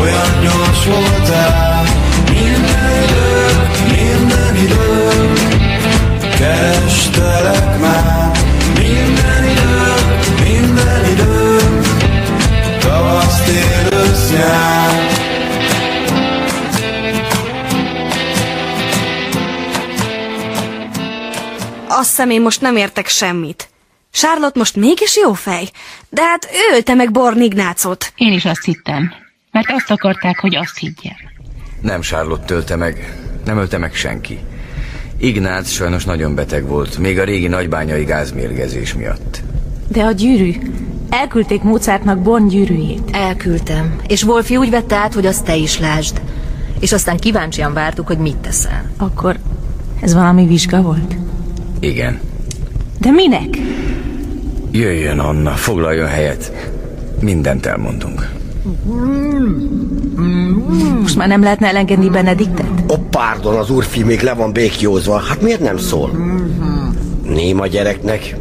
S6: Olyan gyors voltál Minden idők, minden idők Kerestelek már Minden idők, minden idők Tavasz, tél, ősz, nyár
S7: Azt hiszem én most nem értek semmit. Charlotte most mégis jó fej, de hát ő ölte meg Born Ignácot.
S25: Én is azt hittem, mert azt akarták, hogy azt higgyem.
S26: Nem Charlotte tölte meg, nem ölte meg senki. Ignác sajnos nagyon beteg volt, még a régi nagybányai gázmérgezés miatt.
S15: De a gyűrű. Elküldték Mozartnak Born gyűrűjét.
S24: Elküldtem, és Wolfi úgy vette át, hogy azt te is lásd. És aztán kíváncsian vártuk, hogy mit teszel.
S15: Akkor ez valami vizsga volt?
S26: Igen.
S15: De minek?
S26: Jöjjön, Anna, foglaljon helyet. Mindent elmondunk.
S15: Most már nem lehetne elengedni Benediktet?
S27: Ó, pardon, az úrfi még le van békjózva. Hát miért nem szól? Néma gyereknek.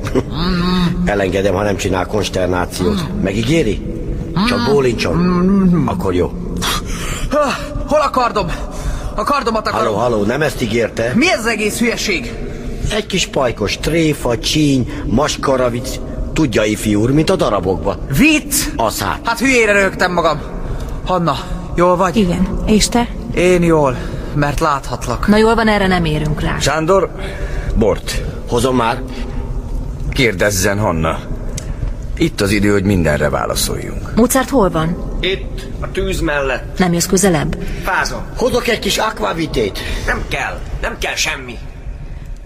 S27: Elengedem, ha nem csinál konsternációt. Megígéri? Csak bólincson. Akkor jó.
S6: Ha, hol a kardom? A kardomat akarom.
S27: Halló, halló, nem ezt ígérte?
S6: Mi ez az egész hülyeség?
S27: Egy kis pajkos tréfa, csíny, maskaravic. Tudja, ifjú úr, mint a darabokba.
S6: Vicc?
S27: Az hát.
S6: Hát hülyére rögtem magam. Hanna, jól vagy?
S15: Igen. És te?
S6: Én jól, mert láthatlak.
S24: Na jól van, erre nem érünk rá.
S26: Sándor, bort.
S27: Hozom már.
S26: Kérdezzen, Hanna. Itt az idő, hogy mindenre válaszoljunk.
S24: Mozart hol van?
S27: Itt, a tűz mellett.
S24: Nem jössz közelebb?
S27: Fázom. Hozok egy kis akvavitét.
S3: Nem kell, nem kell semmi.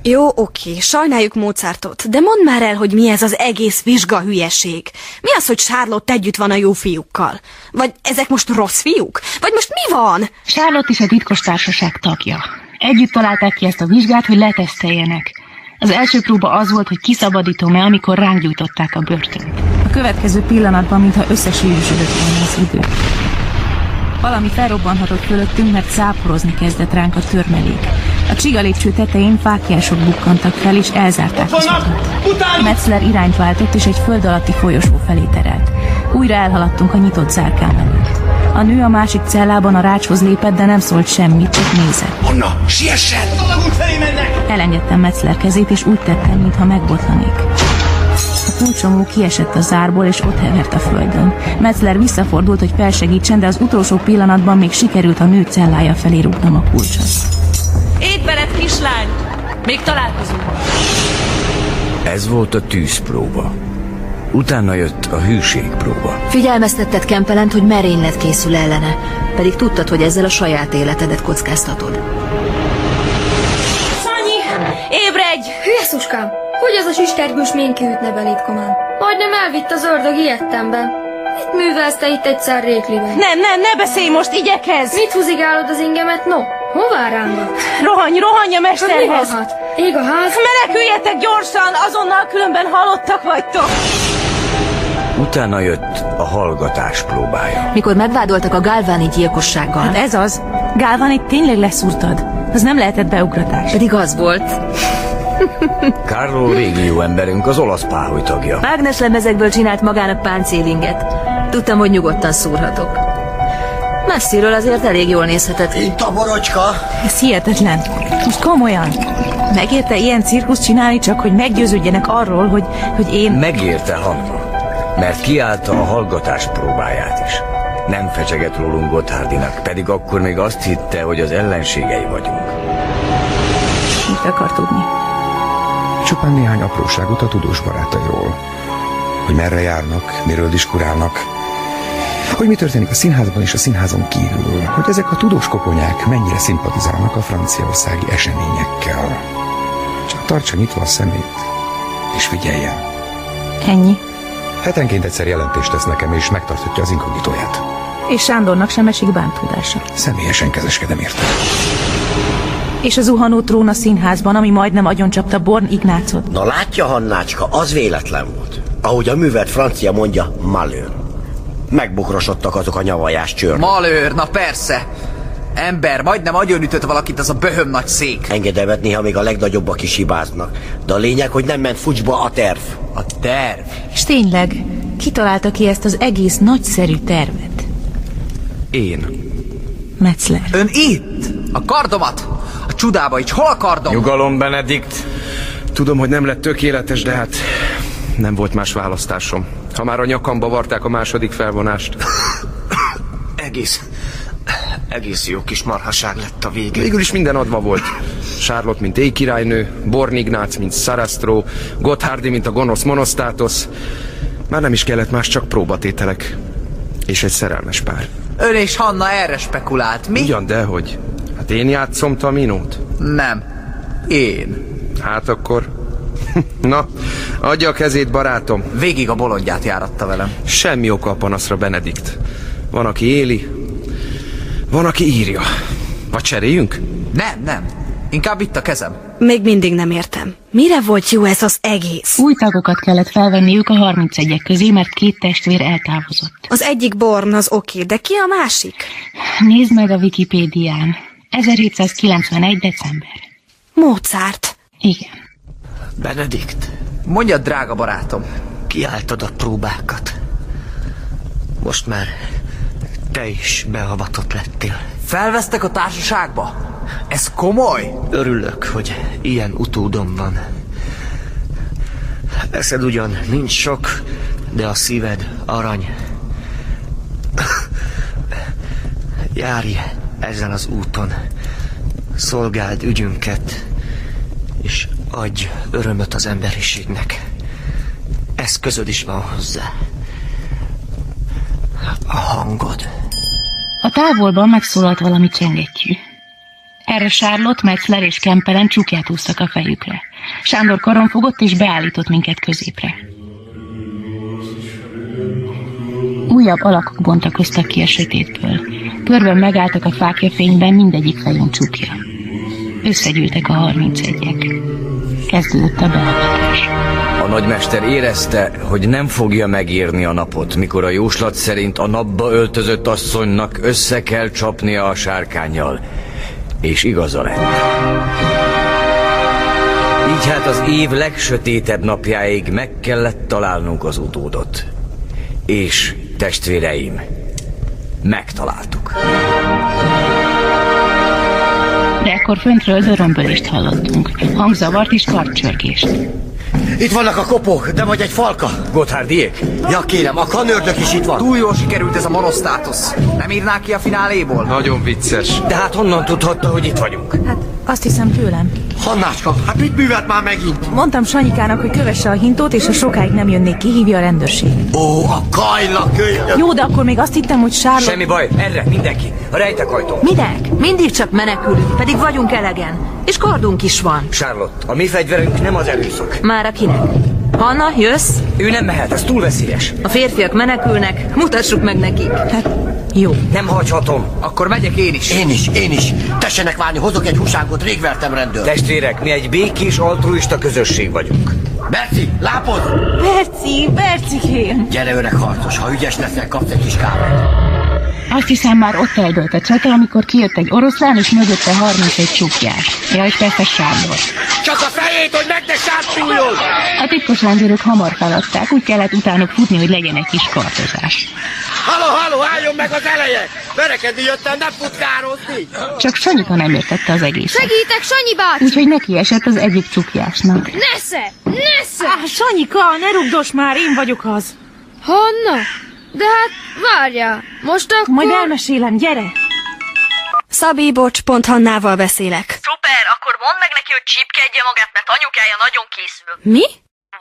S7: Jó, oké, sajnáljuk Mozartot, de mondd már el, hogy mi ez az egész vizsga hülyeség. Mi az, hogy Charlotte együtt van a jó fiúkkal? Vagy ezek most rossz fiúk? Vagy most mi van?
S25: Charlotte is a titkos társaság tagja. Együtt találták ki ezt a vizsgát, hogy leteszteljenek. Az első próba az volt, hogy kiszabadítom-e, amikor ránk gyújtották a börtönt.
S15: A következő pillanatban, mintha összesűrűsödött volna az idő. Valami felrobbanhatott fölöttünk, mert száporozni kezdett ránk a törmelék. A csiga lépcső tetején fákjások bukkantak fel, és elzárták az utat. Metzler irányt váltott, és egy föld alatti folyosó felé terelt. Újra elhaladtunk a nyitott zárkán előtt. A nő a másik cellában a rácshoz lépett, de nem szólt semmit, csak nézett.
S6: Anna, siessen! A lagút felé mennek!
S15: Elengedtem Metzler kezét, és úgy tettem, mintha megbotlanék. A kulcsomó kiesett a zárból, és ott hevert a földön. Metzler visszafordult, hogy felsegítsen, de az utolsó pillanatban még sikerült a nő cellája felé rúgnom a kulcsot.
S28: Itt veled, kislány! Még találkozunk.
S26: Ez volt a tűzpróba. Utána jött a hűségpróba.
S24: Figyelmeztetted Kempelent, hogy merénylet készül ellene, pedig tudtad, hogy ezzel a saját életedet kockáztatod.
S23: Sanyi, ébredj! Jézuskám, hogy az a sistergős ménki ütne beléd komán? Majdnem elvitt az ördög ilyettemben. Mit művelsz te itt egyszer rékliben?
S28: Nem, nem, ne beszélj most, igyekez!
S23: Mit húzigálod az ingemet, no? Hová rángat?
S28: Rohanj, rohanj a mesterhez!
S23: Mi van? Ég a ház!
S28: Meneküljetek gyorsan, azonnal különben halottak vagytok!
S26: Utána jött a hallgatás próbája.
S24: Mikor megvádoltak a Galváni gyilkossággal.
S15: Hát ez az. Gálván itt tényleg leszúrtad. Az nem lehetett beugratás.
S24: Pedig az volt.
S26: Carlo régi jó emberünk, az olasz páholy tagja.
S24: Mágnes lemezekből csinált magának páncélinget. Tudtam, hogy nyugodtan szúrhatok. Messziről azért elég jól nézhetett ki.
S27: Itt a borocska!
S15: Ez hihetetlen. Most komolyan. Megérte ilyen cirkuszt csinálni, csak hogy meggyőződjenek arról, hogy, hogy én...
S26: Megérte Hanna, mert kiállta a hallgatás próbáját is. Nem fecseget rólunk Gotthárdinak, pedig akkor még azt hitte, hogy az ellenségei vagyunk.
S15: Mit akar tudni?
S29: Csupán néhány apróságot a tudós barátairól. Hogy merre járnak, miről diskurálnak, hogy mi történik a színházban és a színházon kívül, hogy ezek a tudós koponyák mennyire szimpatizálnak a franciaországi eseményekkel. Csak Tartsa nyitva a szemét, és figyeljen.
S8: Ennyi.
S29: Hetenként egyszer jelentést tesz nekem, és megtarthatja az inkognitóját.
S8: És Sándornak sem esik bántódása.
S29: Személyesen kezeskedem érte.
S8: És a zuhanó trón a színházban, ami majdnem agyoncsapta Born Ignácot.
S27: Na látja, Hannácska, az véletlen volt. Ahogy a művelt francia mondja, malőr. Megbokrosodtak azok a nyavajás csőr.
S14: Malőr, na persze! Ember, majdnem agyonütött valakit az a böhöm nagy szék.
S27: Engedelmet néha még a legnagyobbak is hibáznak. De a lényeg, hogy nem ment fucsba a terv.
S14: A terv?
S8: És tényleg, kitalálta ki ezt az egész nagyszerű tervet.
S26: Én.
S8: Metzler.
S14: Ön itt! A kardomat! A csudába is, hol a kardom?
S26: Nyugalom, Benedikt. Tudom, hogy nem lett tökéletes, de hát nem volt más választásom. Ha már a nyakamba varták a második felvonást.
S30: Egész, egész jó kis marhaság lett a vége.
S26: Végül is minden adva volt. Charlotte, mint éjkirálynő, Born Ignác, mint Sarastro, Gotthardi, mint a gonosz Monostatos. Már nem is kellett más, csak próbatételek. És egy szerelmes pár.
S14: Ön és Hanna erre spekulált, mi?
S26: Ugyan, dehogy. Hát én játszom Taminót?
S14: Nem. Én.
S26: Hát akkor... Na, adja a kezét, barátom.
S14: Végig a bolondját járatta velem.
S26: Semmi oka a panaszra, Benedikt. Van, aki éli, van, aki írja. Vagy cseréljünk?
S14: Nem, nem. Inkább itt a kezem.
S7: Még mindig nem értem. Mire volt jó ez az egész?
S15: Új tagokat kellett felvenniük a 31-ek közé, mert két testvér eltávozott.
S7: Az egyik Born az oké, de ki a másik?
S15: Nézd meg a Wikipédián. 1791. december.
S7: Mozart.
S15: Igen.
S30: Benedikt,
S14: Mondja, drága barátom.
S30: kiáltad a próbákat. Most már te is beavatott lettél.
S14: Felvesztek a társaságba? Ez komoly?
S30: Örülök, hogy ilyen utódom van. Eszed ugyan nincs sok, de a szíved arany. Járj ezen az úton, szolgáld ügyünket, és adj örömöt az emberiségnek. Eszközöd is van hozzá. A hangod.
S15: A távolban megszólalt valami csengettyű. Erre Charlotte, Metzler és Kempelen csukját húztak a fejükre. Sándor karon fogott és beállított minket középre. Újabb alakok bontakoztak ki a sötétből. Körben megálltak a fákja fényben, mindegyik fején csukja. Összegyűltek a 31-ek. Kezdődött a beállítás.
S26: A nagymester érezte, hogy nem fogja megírni a napot, mikor a jóslat szerint a napba öltözött asszonynak össze kell csapnia a sárkányjal. És igaza lett. Így hát az év legsötétebb napjáig meg kellett találnunk az utódot. És testvéreim, megtaláltuk.
S15: De ekkor föntről örömbölést hallottunk, hangzavart és karcsörgést.
S27: Itt vannak a kopók, de vagy egy falka.
S26: Gotthárdiék?
S27: Ja kérem, a kanördök is itt van.
S14: Túl jól sikerült ez a monosztátusz. Nem írná ki a fináléból?
S26: Nagyon vicces.
S27: De hát honnan tudhatta, hogy itt vagyunk?
S8: Azt hiszem tőlem.
S27: Hannácska, hát mit művelt már megint?
S8: Mondtam Sanyikának, hogy kövesse a hintót, és ha sokáig nem jönnék ki, hívja a rendőrség.
S27: Ó, a kajla kölyök!
S8: Jó, de akkor még azt hittem, hogy Sárlott...
S26: Semmi baj, erre mindenki. A rejtek ajtó.
S24: Minek? Mindig csak menekülünk, pedig vagyunk elegen. És kardunk is van.
S26: Charlotte, a mi fegyverünk nem az erőszak.
S24: Már a kinek? Hanna, jössz?
S26: Ő nem mehet, ez túl veszélyes.
S24: A férfiak menekülnek, mutassuk meg nekik. Hát,
S8: jó.
S26: Nem hagyhatom.
S14: Akkor megyek én is.
S27: Én is, én is. Tessenek várni, hozok egy húságot, rég vertem rendőr.
S26: Testvérek, mi egy békés, altruista közösség vagyunk.
S27: Merci, lápoz!
S8: Berci, Bercikém!
S27: Gyere öreg harcos, ha ügyes leszel, kapsz egy kis kávét.
S15: Azt hiszem már ott eldőlt a csata, amikor kijött egy oroszlán, és mögötte 31 csukjás. Ja, és persze Sándor.
S27: Csak a fejét, hogy meg ne sátszújjon!
S15: A titkos rendőrök hamar feladták, úgy kellett utánuk futni, hogy legyen egy kis kartozás.
S27: Halló, halló, álljon meg az eleje! Verekedni jöttem, nem futkározni!
S15: Csak Sanyika nem értette az egészet.
S23: Segítek, Sanyi bácsi!
S15: Úgyhogy neki esett az egyik csukjásnak.
S23: Nesze! Nesze!
S8: Á, Ah, Sanyika, ne rugdos már, én vagyok az.
S23: Hanna? De hát, várjál, most akkor...
S8: Majd elmesélem, gyere!
S7: Szabi, bocs, pont Hannával beszélek.
S13: Szuper, akkor mondd meg neki, hogy csípkedje magát, mert anyukája nagyon készül.
S7: Mi?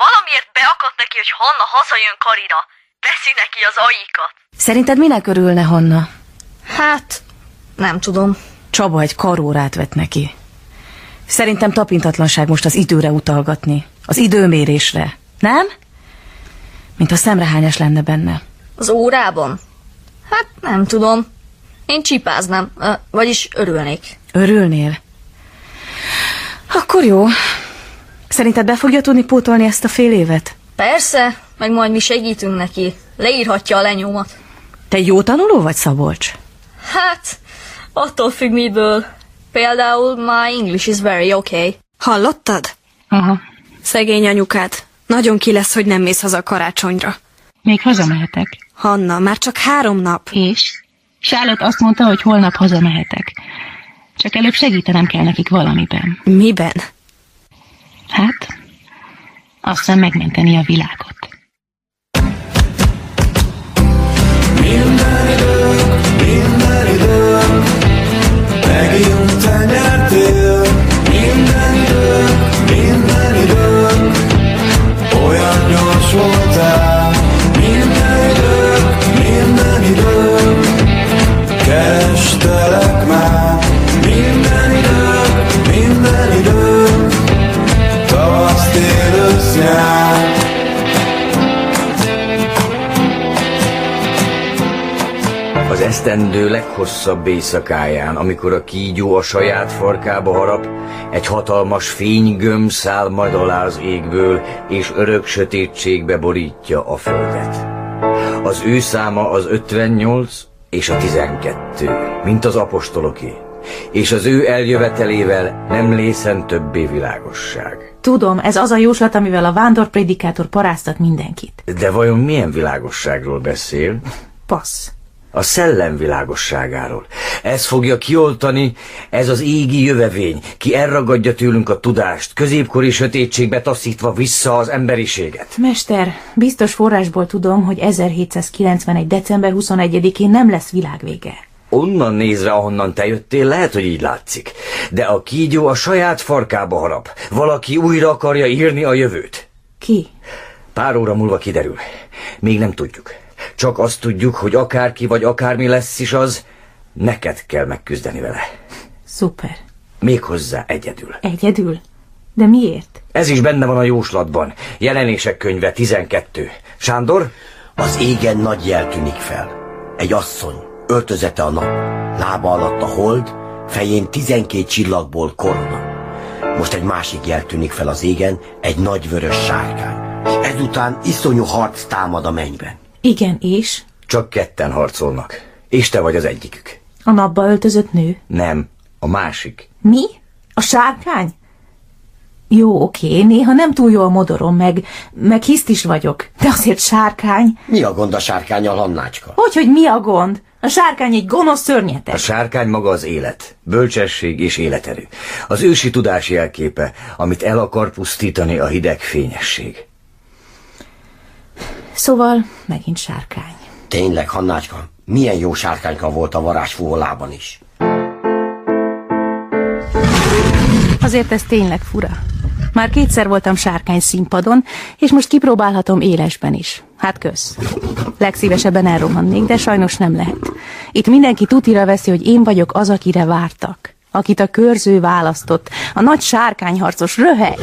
S13: Valamiért beakadt neki, hogy Hanna hazajön Karira. Veszi neki az aikat.
S24: Szerinted minek örülne Hanna?
S23: Hát, nem tudom.
S24: Csaba egy karórát vett neki.
S31: Szerintem tapintatlanság most az időre utalgatni. Az időmérésre. Nem? Mint a szemrehányás lenne benne.
S13: Az órában? Hát nem tudom. Én csipáznám, ö, vagyis örülnék.
S31: Örülnél? Akkor jó. Szerinted be fogja tudni pótolni ezt a fél évet?
S13: Persze, meg majd mi segítünk neki. Leírhatja a lenyomat.
S31: Te jó tanuló vagy, Szabolcs?
S13: Hát, attól függ miből. Például my English is very okay.
S7: Hallottad?
S32: Aha.
S7: Szegény anyukát. Nagyon ki lesz, hogy nem mész haza karácsonyra.
S32: Még hazamehetek.
S7: Hanna, már csak három nap.
S32: És? Charlotte azt mondta, hogy holnap hazamehetek. Csak előbb segítenem kell nekik valamiben.
S7: Miben?
S32: Hát, azt hiszem megmenteni a világot.
S6: Minden idők, megint te nyertél. Minden idők, minden idők, olyan gyors voltál. Minden idők, minden idők, kerestelek már. Minden idők, minden idők, tavasz, tél, ősz, nyár.
S26: Az esztendő leghosszabb éjszakáján, amikor a kígyó a saját farkába harap, egy hatalmas fénygömb száll majd alá az égből, és örök sötétségbe borítja a földet. Az ő száma az 58 és a 12, mint az apostoloké, és az ő eljövetelével nem lészen többé világosság.
S15: Tudom, ez az a jóslat, amivel a vándor prédikátor paráztat mindenkit.
S26: De vajon milyen világosságról beszél?
S15: Passz.
S26: A szellem világosságáról. Ez fogja kioltani, ez az égi jövevény, ki elragadja tőlünk a tudást, középkori sötétségbe taszítva vissza az emberiséget.
S15: Mester, biztos forrásból tudom, hogy 1791. december 21-én nem lesz világvége.
S26: Onnan nézve, ahonnan te jöttél, lehet, hogy így látszik. De a kígyó a saját farkába harap. Valaki újra akarja írni a jövőt.
S15: Ki?
S26: Pár óra múlva kiderül. Még nem tudjuk. Csak azt tudjuk, hogy akárki vagy akármi lesz is az, neked kell megküzdeni vele.
S15: Szuper.
S26: Méghozzá egyedül.
S15: Egyedül? De miért?
S26: Ez is benne van a jóslatban. Jelenések könyve 12. Sándor?
S27: Az égen nagy jel tűnik fel. Egy asszony, öltözete a nap, lába alatt a hold, fején 12 csillagból korona. Most egy másik jel tűnik fel az égen, egy nagy vörös sárkány. És ezután iszonyú harc támad a mennyben.
S15: Igen, és?
S26: Csak ketten harcolnak. És te vagy az egyikük.
S15: A napba öltözött nő?
S26: Nem, a másik.
S15: Mi? A sárkány? Jó, oké, néha nem túl jól modorom, meg, meg hiszt is vagyok, de azért sárkány.
S27: Mi a gond a sárkányal, Hannácska?
S15: Hogy, hogy mi a gond? A sárkány egy gonosz szörnyete.
S26: A sárkány maga az élet, bölcsesség és életerő. Az ősi tudás jelképe, amit el akar pusztítani a hideg fényesség.
S15: Szóval megint sárkány.
S27: Tényleg, Hannácska, milyen jó sárkányka volt a varázsfú lában is.
S15: Azért ez tényleg fura. Már kétszer voltam sárkány színpadon, és most kipróbálhatom élesben is. Hát kösz. Legszívesebben elrohannék, de sajnos nem lehet. Itt mindenki tutira veszi, hogy én vagyok az, akire vártak. Akit a körző választott. A nagy sárkányharcos röhely.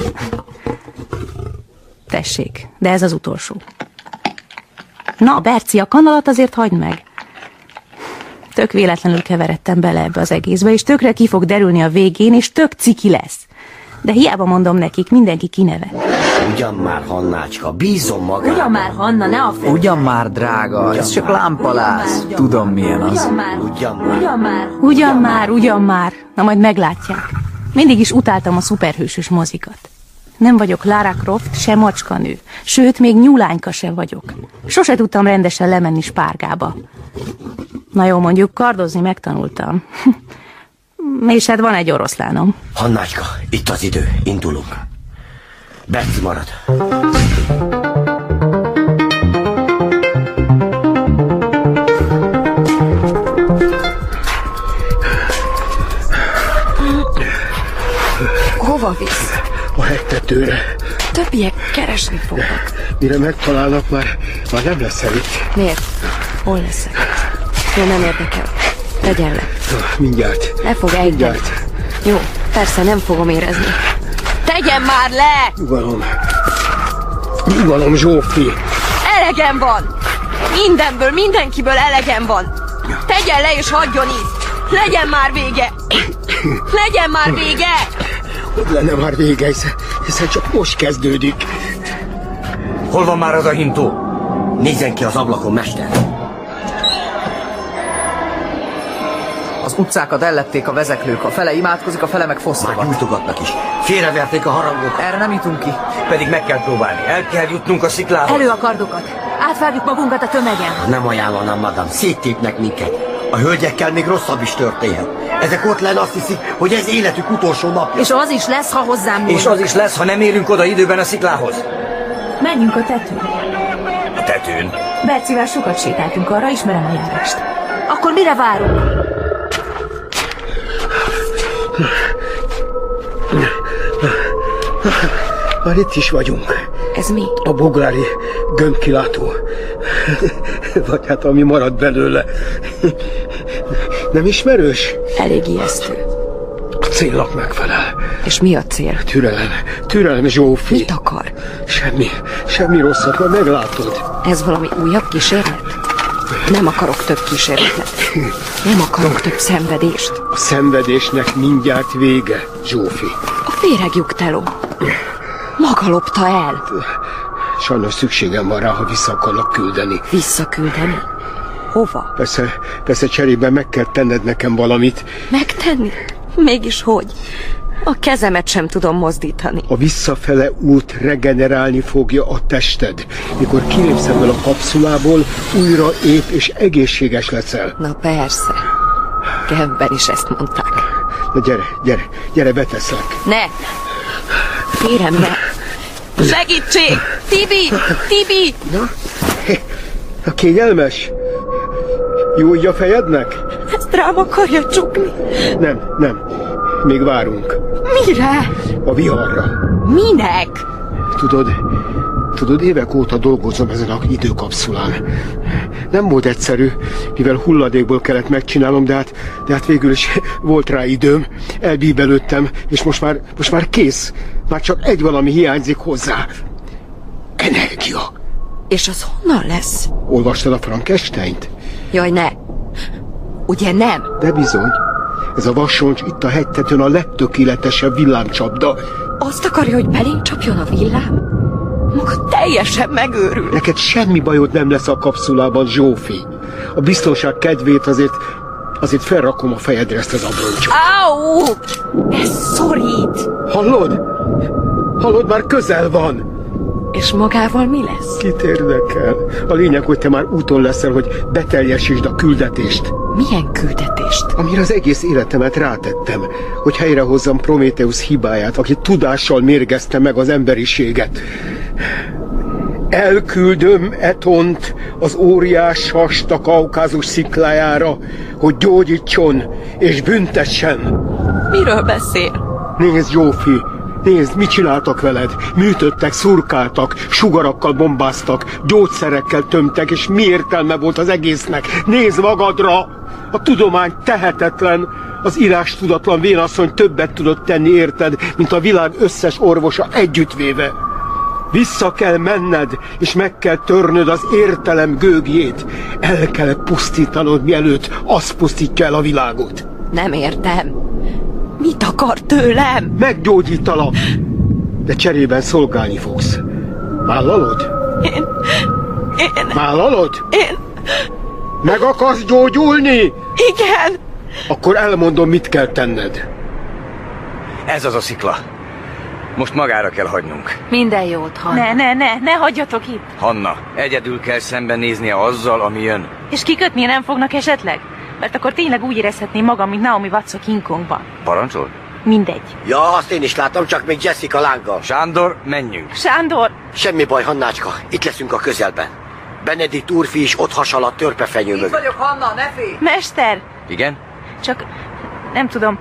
S15: Tessék, de ez az utolsó. Na, Berci, a kanalat azért hagyd meg. Tök véletlenül keveredtem bele ebbe az egészbe, és tökre ki fog derülni a végén, és tök ciki lesz. De hiába mondom nekik, mindenki kinevet.
S27: Ugyan már, Hannácska, bízom magában.
S15: Ugyan már, Hanna, ne a fel.
S22: Ugyan már, drága, ez csak lámpaláz. Tudom, milyen az.
S27: Ugyan már.
S15: Ugyan már. Ugyan már, ugyan már. Na majd meglátják. Mindig is utáltam a szuperhősös mozikat. Nem vagyok Lara Croft, se macskanő, sőt, még nyulányka se vagyok. Sose tudtam rendesen lemenni spárgába. Na jó, mondjuk kardozni megtanultam. És hát van egy oroszlánom.
S27: Hannácska, itt az idő, indulunk. Berci marad.
S7: Hova visz?
S4: A hegtetőre.
S7: Többiek keresni fognak.
S4: Mire megtalálnak, már, már nem leszel itt.
S16: Miért? Hol leszek? Jó, nem érdekel. Tegyen le.
S4: Mindjárt.
S16: Le fog ejteni.
S4: Mindjárt.
S16: Jó, Persze nem fogom érezni. Tegyen már le!
S4: Nyugalom. Nyugalom, Zsófi.
S13: Elegem van! Mindenből, mindenkiből elegem van! Tegyen le és hagyjon itt! Legyen már vége! Legyen már vége!
S4: Hogy lenne már vége, hiszen, hiszen csak most kezdődik.
S24: Hol van már az a hintó? Nézzen ki az ablakon, mester!
S22: Az utcákat ellették a vezeklők, a fele imádkozik, a fele meg fosztogat. Már
S24: nyújtogatnak is. Félreverték a harangot.
S22: Erre nem jutunk ki.
S24: Pedig meg kell próbálni. El kell jutnunk a sziklához.
S15: Elő a kardokat! Átvágjuk magunkat a tömegen!
S27: Nem ajánlanám, madám, széttépnek minket. A hölgyekkel még rosszabb is történhet. Ezek ott lenn azt hiszik, hogy ez életük utolsó napja.
S15: És az is lesz, ha hozzám
S24: És az is lesz, ha nem érünk oda időben a sziklához.
S15: Menjünk a tetőre.
S24: A tetőn.
S15: Bercivel sokat sétáltunk, arra ismerem a járást. Akkor mire várunk?
S4: Már itt is vagyunk.
S16: Ez mi?
S4: A bográri gömbkilátó. Vagy hát ami maradt belőle. Nem ismerős?
S16: Elég ijesztő.
S4: A célnak megfelel.
S16: És mi a cél?
S4: Türelem, türelem, Zsófi. Mit
S16: akar?
S4: Semmi, semmi rosszat, majd meglátod.
S16: Ez valami újabb kísérlet? Nem akarok több kísérletet. Nem akarok több szenvedést.
S4: A szenvedésnek mindjárt vége, Zsófi.
S16: A féregjuk teló. Maga lopta el.
S4: Sajnos szükségem van rá, ha vissza akarlak küldeni.
S16: Visszaküldeni? Hova?
S4: Persze, persze cserébe meg kell tenned nekem valamit.
S16: Megtenni? Mégis hogy? A kezemet sem tudom mozdítani.
S4: A visszafele út regenerálni fogja a tested. Mikor kilépsz ebből a kapszulából, újra ép és egészséges leszel.
S16: Na persze. Kevben is ezt mondták.
S4: Na gyere, gyere, gyere, beteszlek.
S16: Ne! Kérem, ne!
S13: Segítség! Tibi! Tibi!
S4: Na? Na kényelmes? Jó így a fejednek?
S15: Ezt rám akarja csukni.
S4: Nem, nem. Még várunk.
S15: Mire?
S4: A viharra.
S15: Minek?
S4: Tudod, tudod, évek óta dolgozom ezen a időkapszulán. Nem volt egyszerű, mivel hulladékból kellett megcsinálnom, de hát, de hát végül is volt rá időm, elbíbelődtem, és most már, most már kész. Már csak egy valami hiányzik hozzá. Energia.
S16: És az honnan lesz?
S4: Olvastad a Frankensteint?
S16: Jaj, ne! Ugye nem?
S4: De bizony. Ez a vassoncs itt a hegytetőn a legtökéletesebb villámcsapda.
S16: Azt akarja, hogy belénk csapjon a villám? Maga teljesen megőrül.
S4: Neked semmi bajod nem lesz a kapszulában, Zsófi. A biztonság kedvét azért, azért felrakom a fejedre ezt az abroncsot.
S15: Au! Ez szorít!
S4: Hallod? Hallod, már közel van.
S16: És magával mi lesz?
S4: Kit érdekel? A lényeg, hogy te már úton leszel, hogy beteljesítsd a küldetést.
S16: Milyen küldetést?
S4: Amire az egész életemet rátettem, hogy helyrehozzam Prométeusz hibáját, aki tudással mérgezte meg az emberiséget. Elküldöm Etont az óriás hast a kaukázus sziklájára, hogy gyógyítson és büntessen.
S15: Miről beszél?
S4: Nézd, Zsófi, nézd, mit csináltak veled. Műtöttek, szurkáltak, sugarakkal bombáztak, gyógyszerekkel tömtek, és mi értelme volt az egésznek? Nézd magadra! A tudomány tehetetlen, az írás tudatlan vénasszony többet tudott tenni érted, mint a világ összes orvosa együttvéve. Vissza kell menned, és meg kell törnöd az értelem gőgjét. El kell pusztítanod, mielőtt az pusztítja el a világot.
S16: Nem értem. Mit akar tőlem?
S4: Meggyógyítalak, de cserében szolgálni fogsz. Vállalod?
S15: Én... Én...
S4: Vállalod?
S15: Én...
S4: Meg akarsz gyógyulni?
S15: Igen!
S4: Akkor elmondom, mit kell tenned.
S24: Ez az a szikla. Most magára kell hagynunk.
S15: Minden jót, Hanna. Ne, ne, ne, ne hagyjatok itt.
S26: Hanna, egyedül kell szembenéznie azzal, ami jön.
S15: És kikötni nem fognak esetleg? Mert akkor tényleg úgy érezhetném magam, mint Naomi Watts a King Kongban.
S26: Parancsol?
S15: Mindegy.
S27: Ja, azt én is látom, csak még Jessica lánggal.
S26: Sándor, menjünk.
S15: Sándor!
S27: Semmi baj, Hannácska, itt leszünk a közelben. Benedikt úrfi is ott hasal a törpefenyő mögött.
S22: vagyok, Hanna, ne félj!
S15: Mester!
S26: Igen?
S15: Csak nem tudom,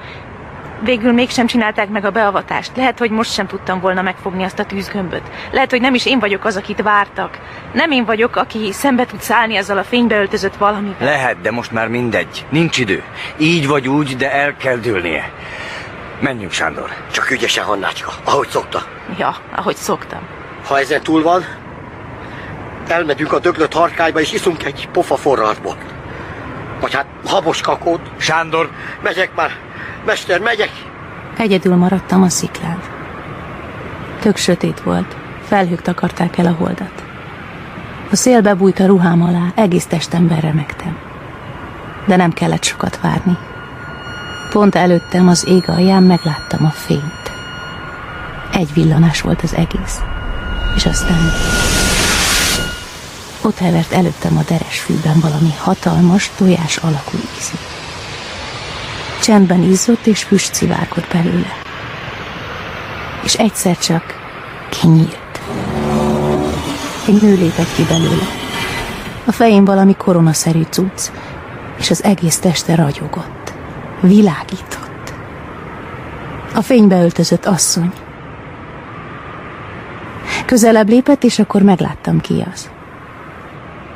S15: végül mégsem csinálták meg a beavatást. Lehet, hogy most sem tudtam volna megfogni azt a tűzgömböt. Lehet, hogy nem is én vagyok az, akit vártak. Nem én vagyok, aki szembe tud szállni azzal a fénybe öltözött valami.
S26: Lehet, de most már mindegy. Nincs idő. Így vagy úgy, de el kell dőlnie. Menjünk, Sándor.
S27: Csak ügyesen, Hannácska, ahogy szokta.
S15: Ja, ahogy szoktam.
S27: Ha ezen túl van, elmegyünk a döglött harkányba, és iszunk egy pofa forrásból. Vagy hát habos kakót.
S33: Sándor!
S27: Megyek már. Mester, megyek.
S15: Egyedül maradtam a sziklán. Tök sötét volt, felhők takarták el a holdat. A szél bebújt a ruhám alá, egész testemben remegtem. De nem kellett sokat várni. Pont előttem az ég alján megláttam a fényt. Egy villanás volt az egész. És aztán... Ott hevert előttem a deres fűben valami hatalmas, tojás alakú ízű. Csendben izzott és füst szivárgott belőle. És egyszer csak kinyílt. Egy nő lépett ki belőle. A fején valami koronaszerű cucc, és az egész teste ragyogott. Világított. A fénybe öltözött asszony. Közelebb lépett, és akkor megláttam ki az.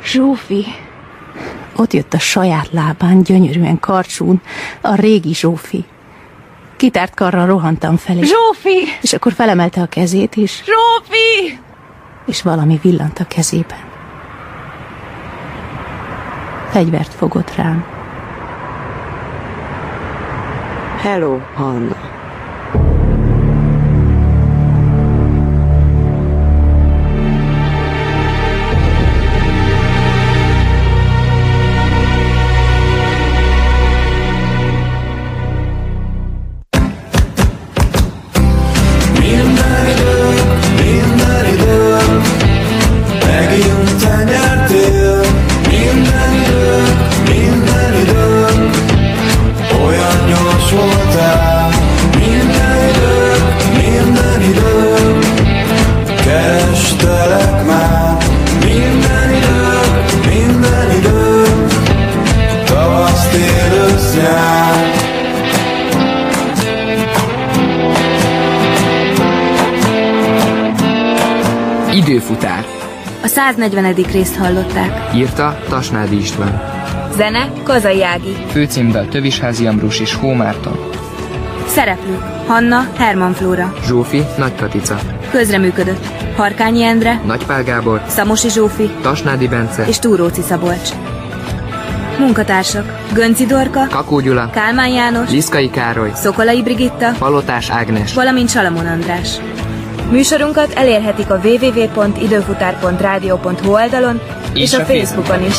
S15: Zsófi! Ott jött a saját lábán, gyönyörűen karcsún, a régi Zsófi. Kitárt karral rohantam felé.
S7: Zsófi!
S15: És akkor felemelte a kezét, és,
S7: Zsófi!
S15: és valami villant a kezében. Fegyvert fogott rám.
S16: Hello, Hanna.
S6: Minden idő, megint te nyertél. Minden idő, minden idő, olyan gyors voltál. Minden idő, minden idő, kerestelek már. Minden idő, minden idő, tavasz, tél, ősz, nyár.
S5: Időfutár.
S20: A 140. részt hallották.
S5: Írta Tasnádi István.
S20: Zene Kazai Ági.
S5: Főcímdal Tövisházi Ambrus és Hómárton.
S20: Szereplők Hanna Herman Flóra.
S5: Zsófi Nagy Katica.
S20: Közreműködött Harkányi Endre,
S5: Nagypál Gábor.
S20: Szamosi Zsófi
S5: Tasnádi Bence.
S20: és Túróci Szabolcs. Munkatársak Gönci Dorka,
S5: Kakó Gyula.
S20: Kálmán János,
S5: Liszkai Károly.
S20: Szokolai Brigitta,
S5: Palotás Ágnes.
S20: valamint Salamon András. Műsorunkat elérhetik a www.időfutár.rádió.hu oldalon és,
S5: És
S20: a,
S5: a
S20: Facebookon is.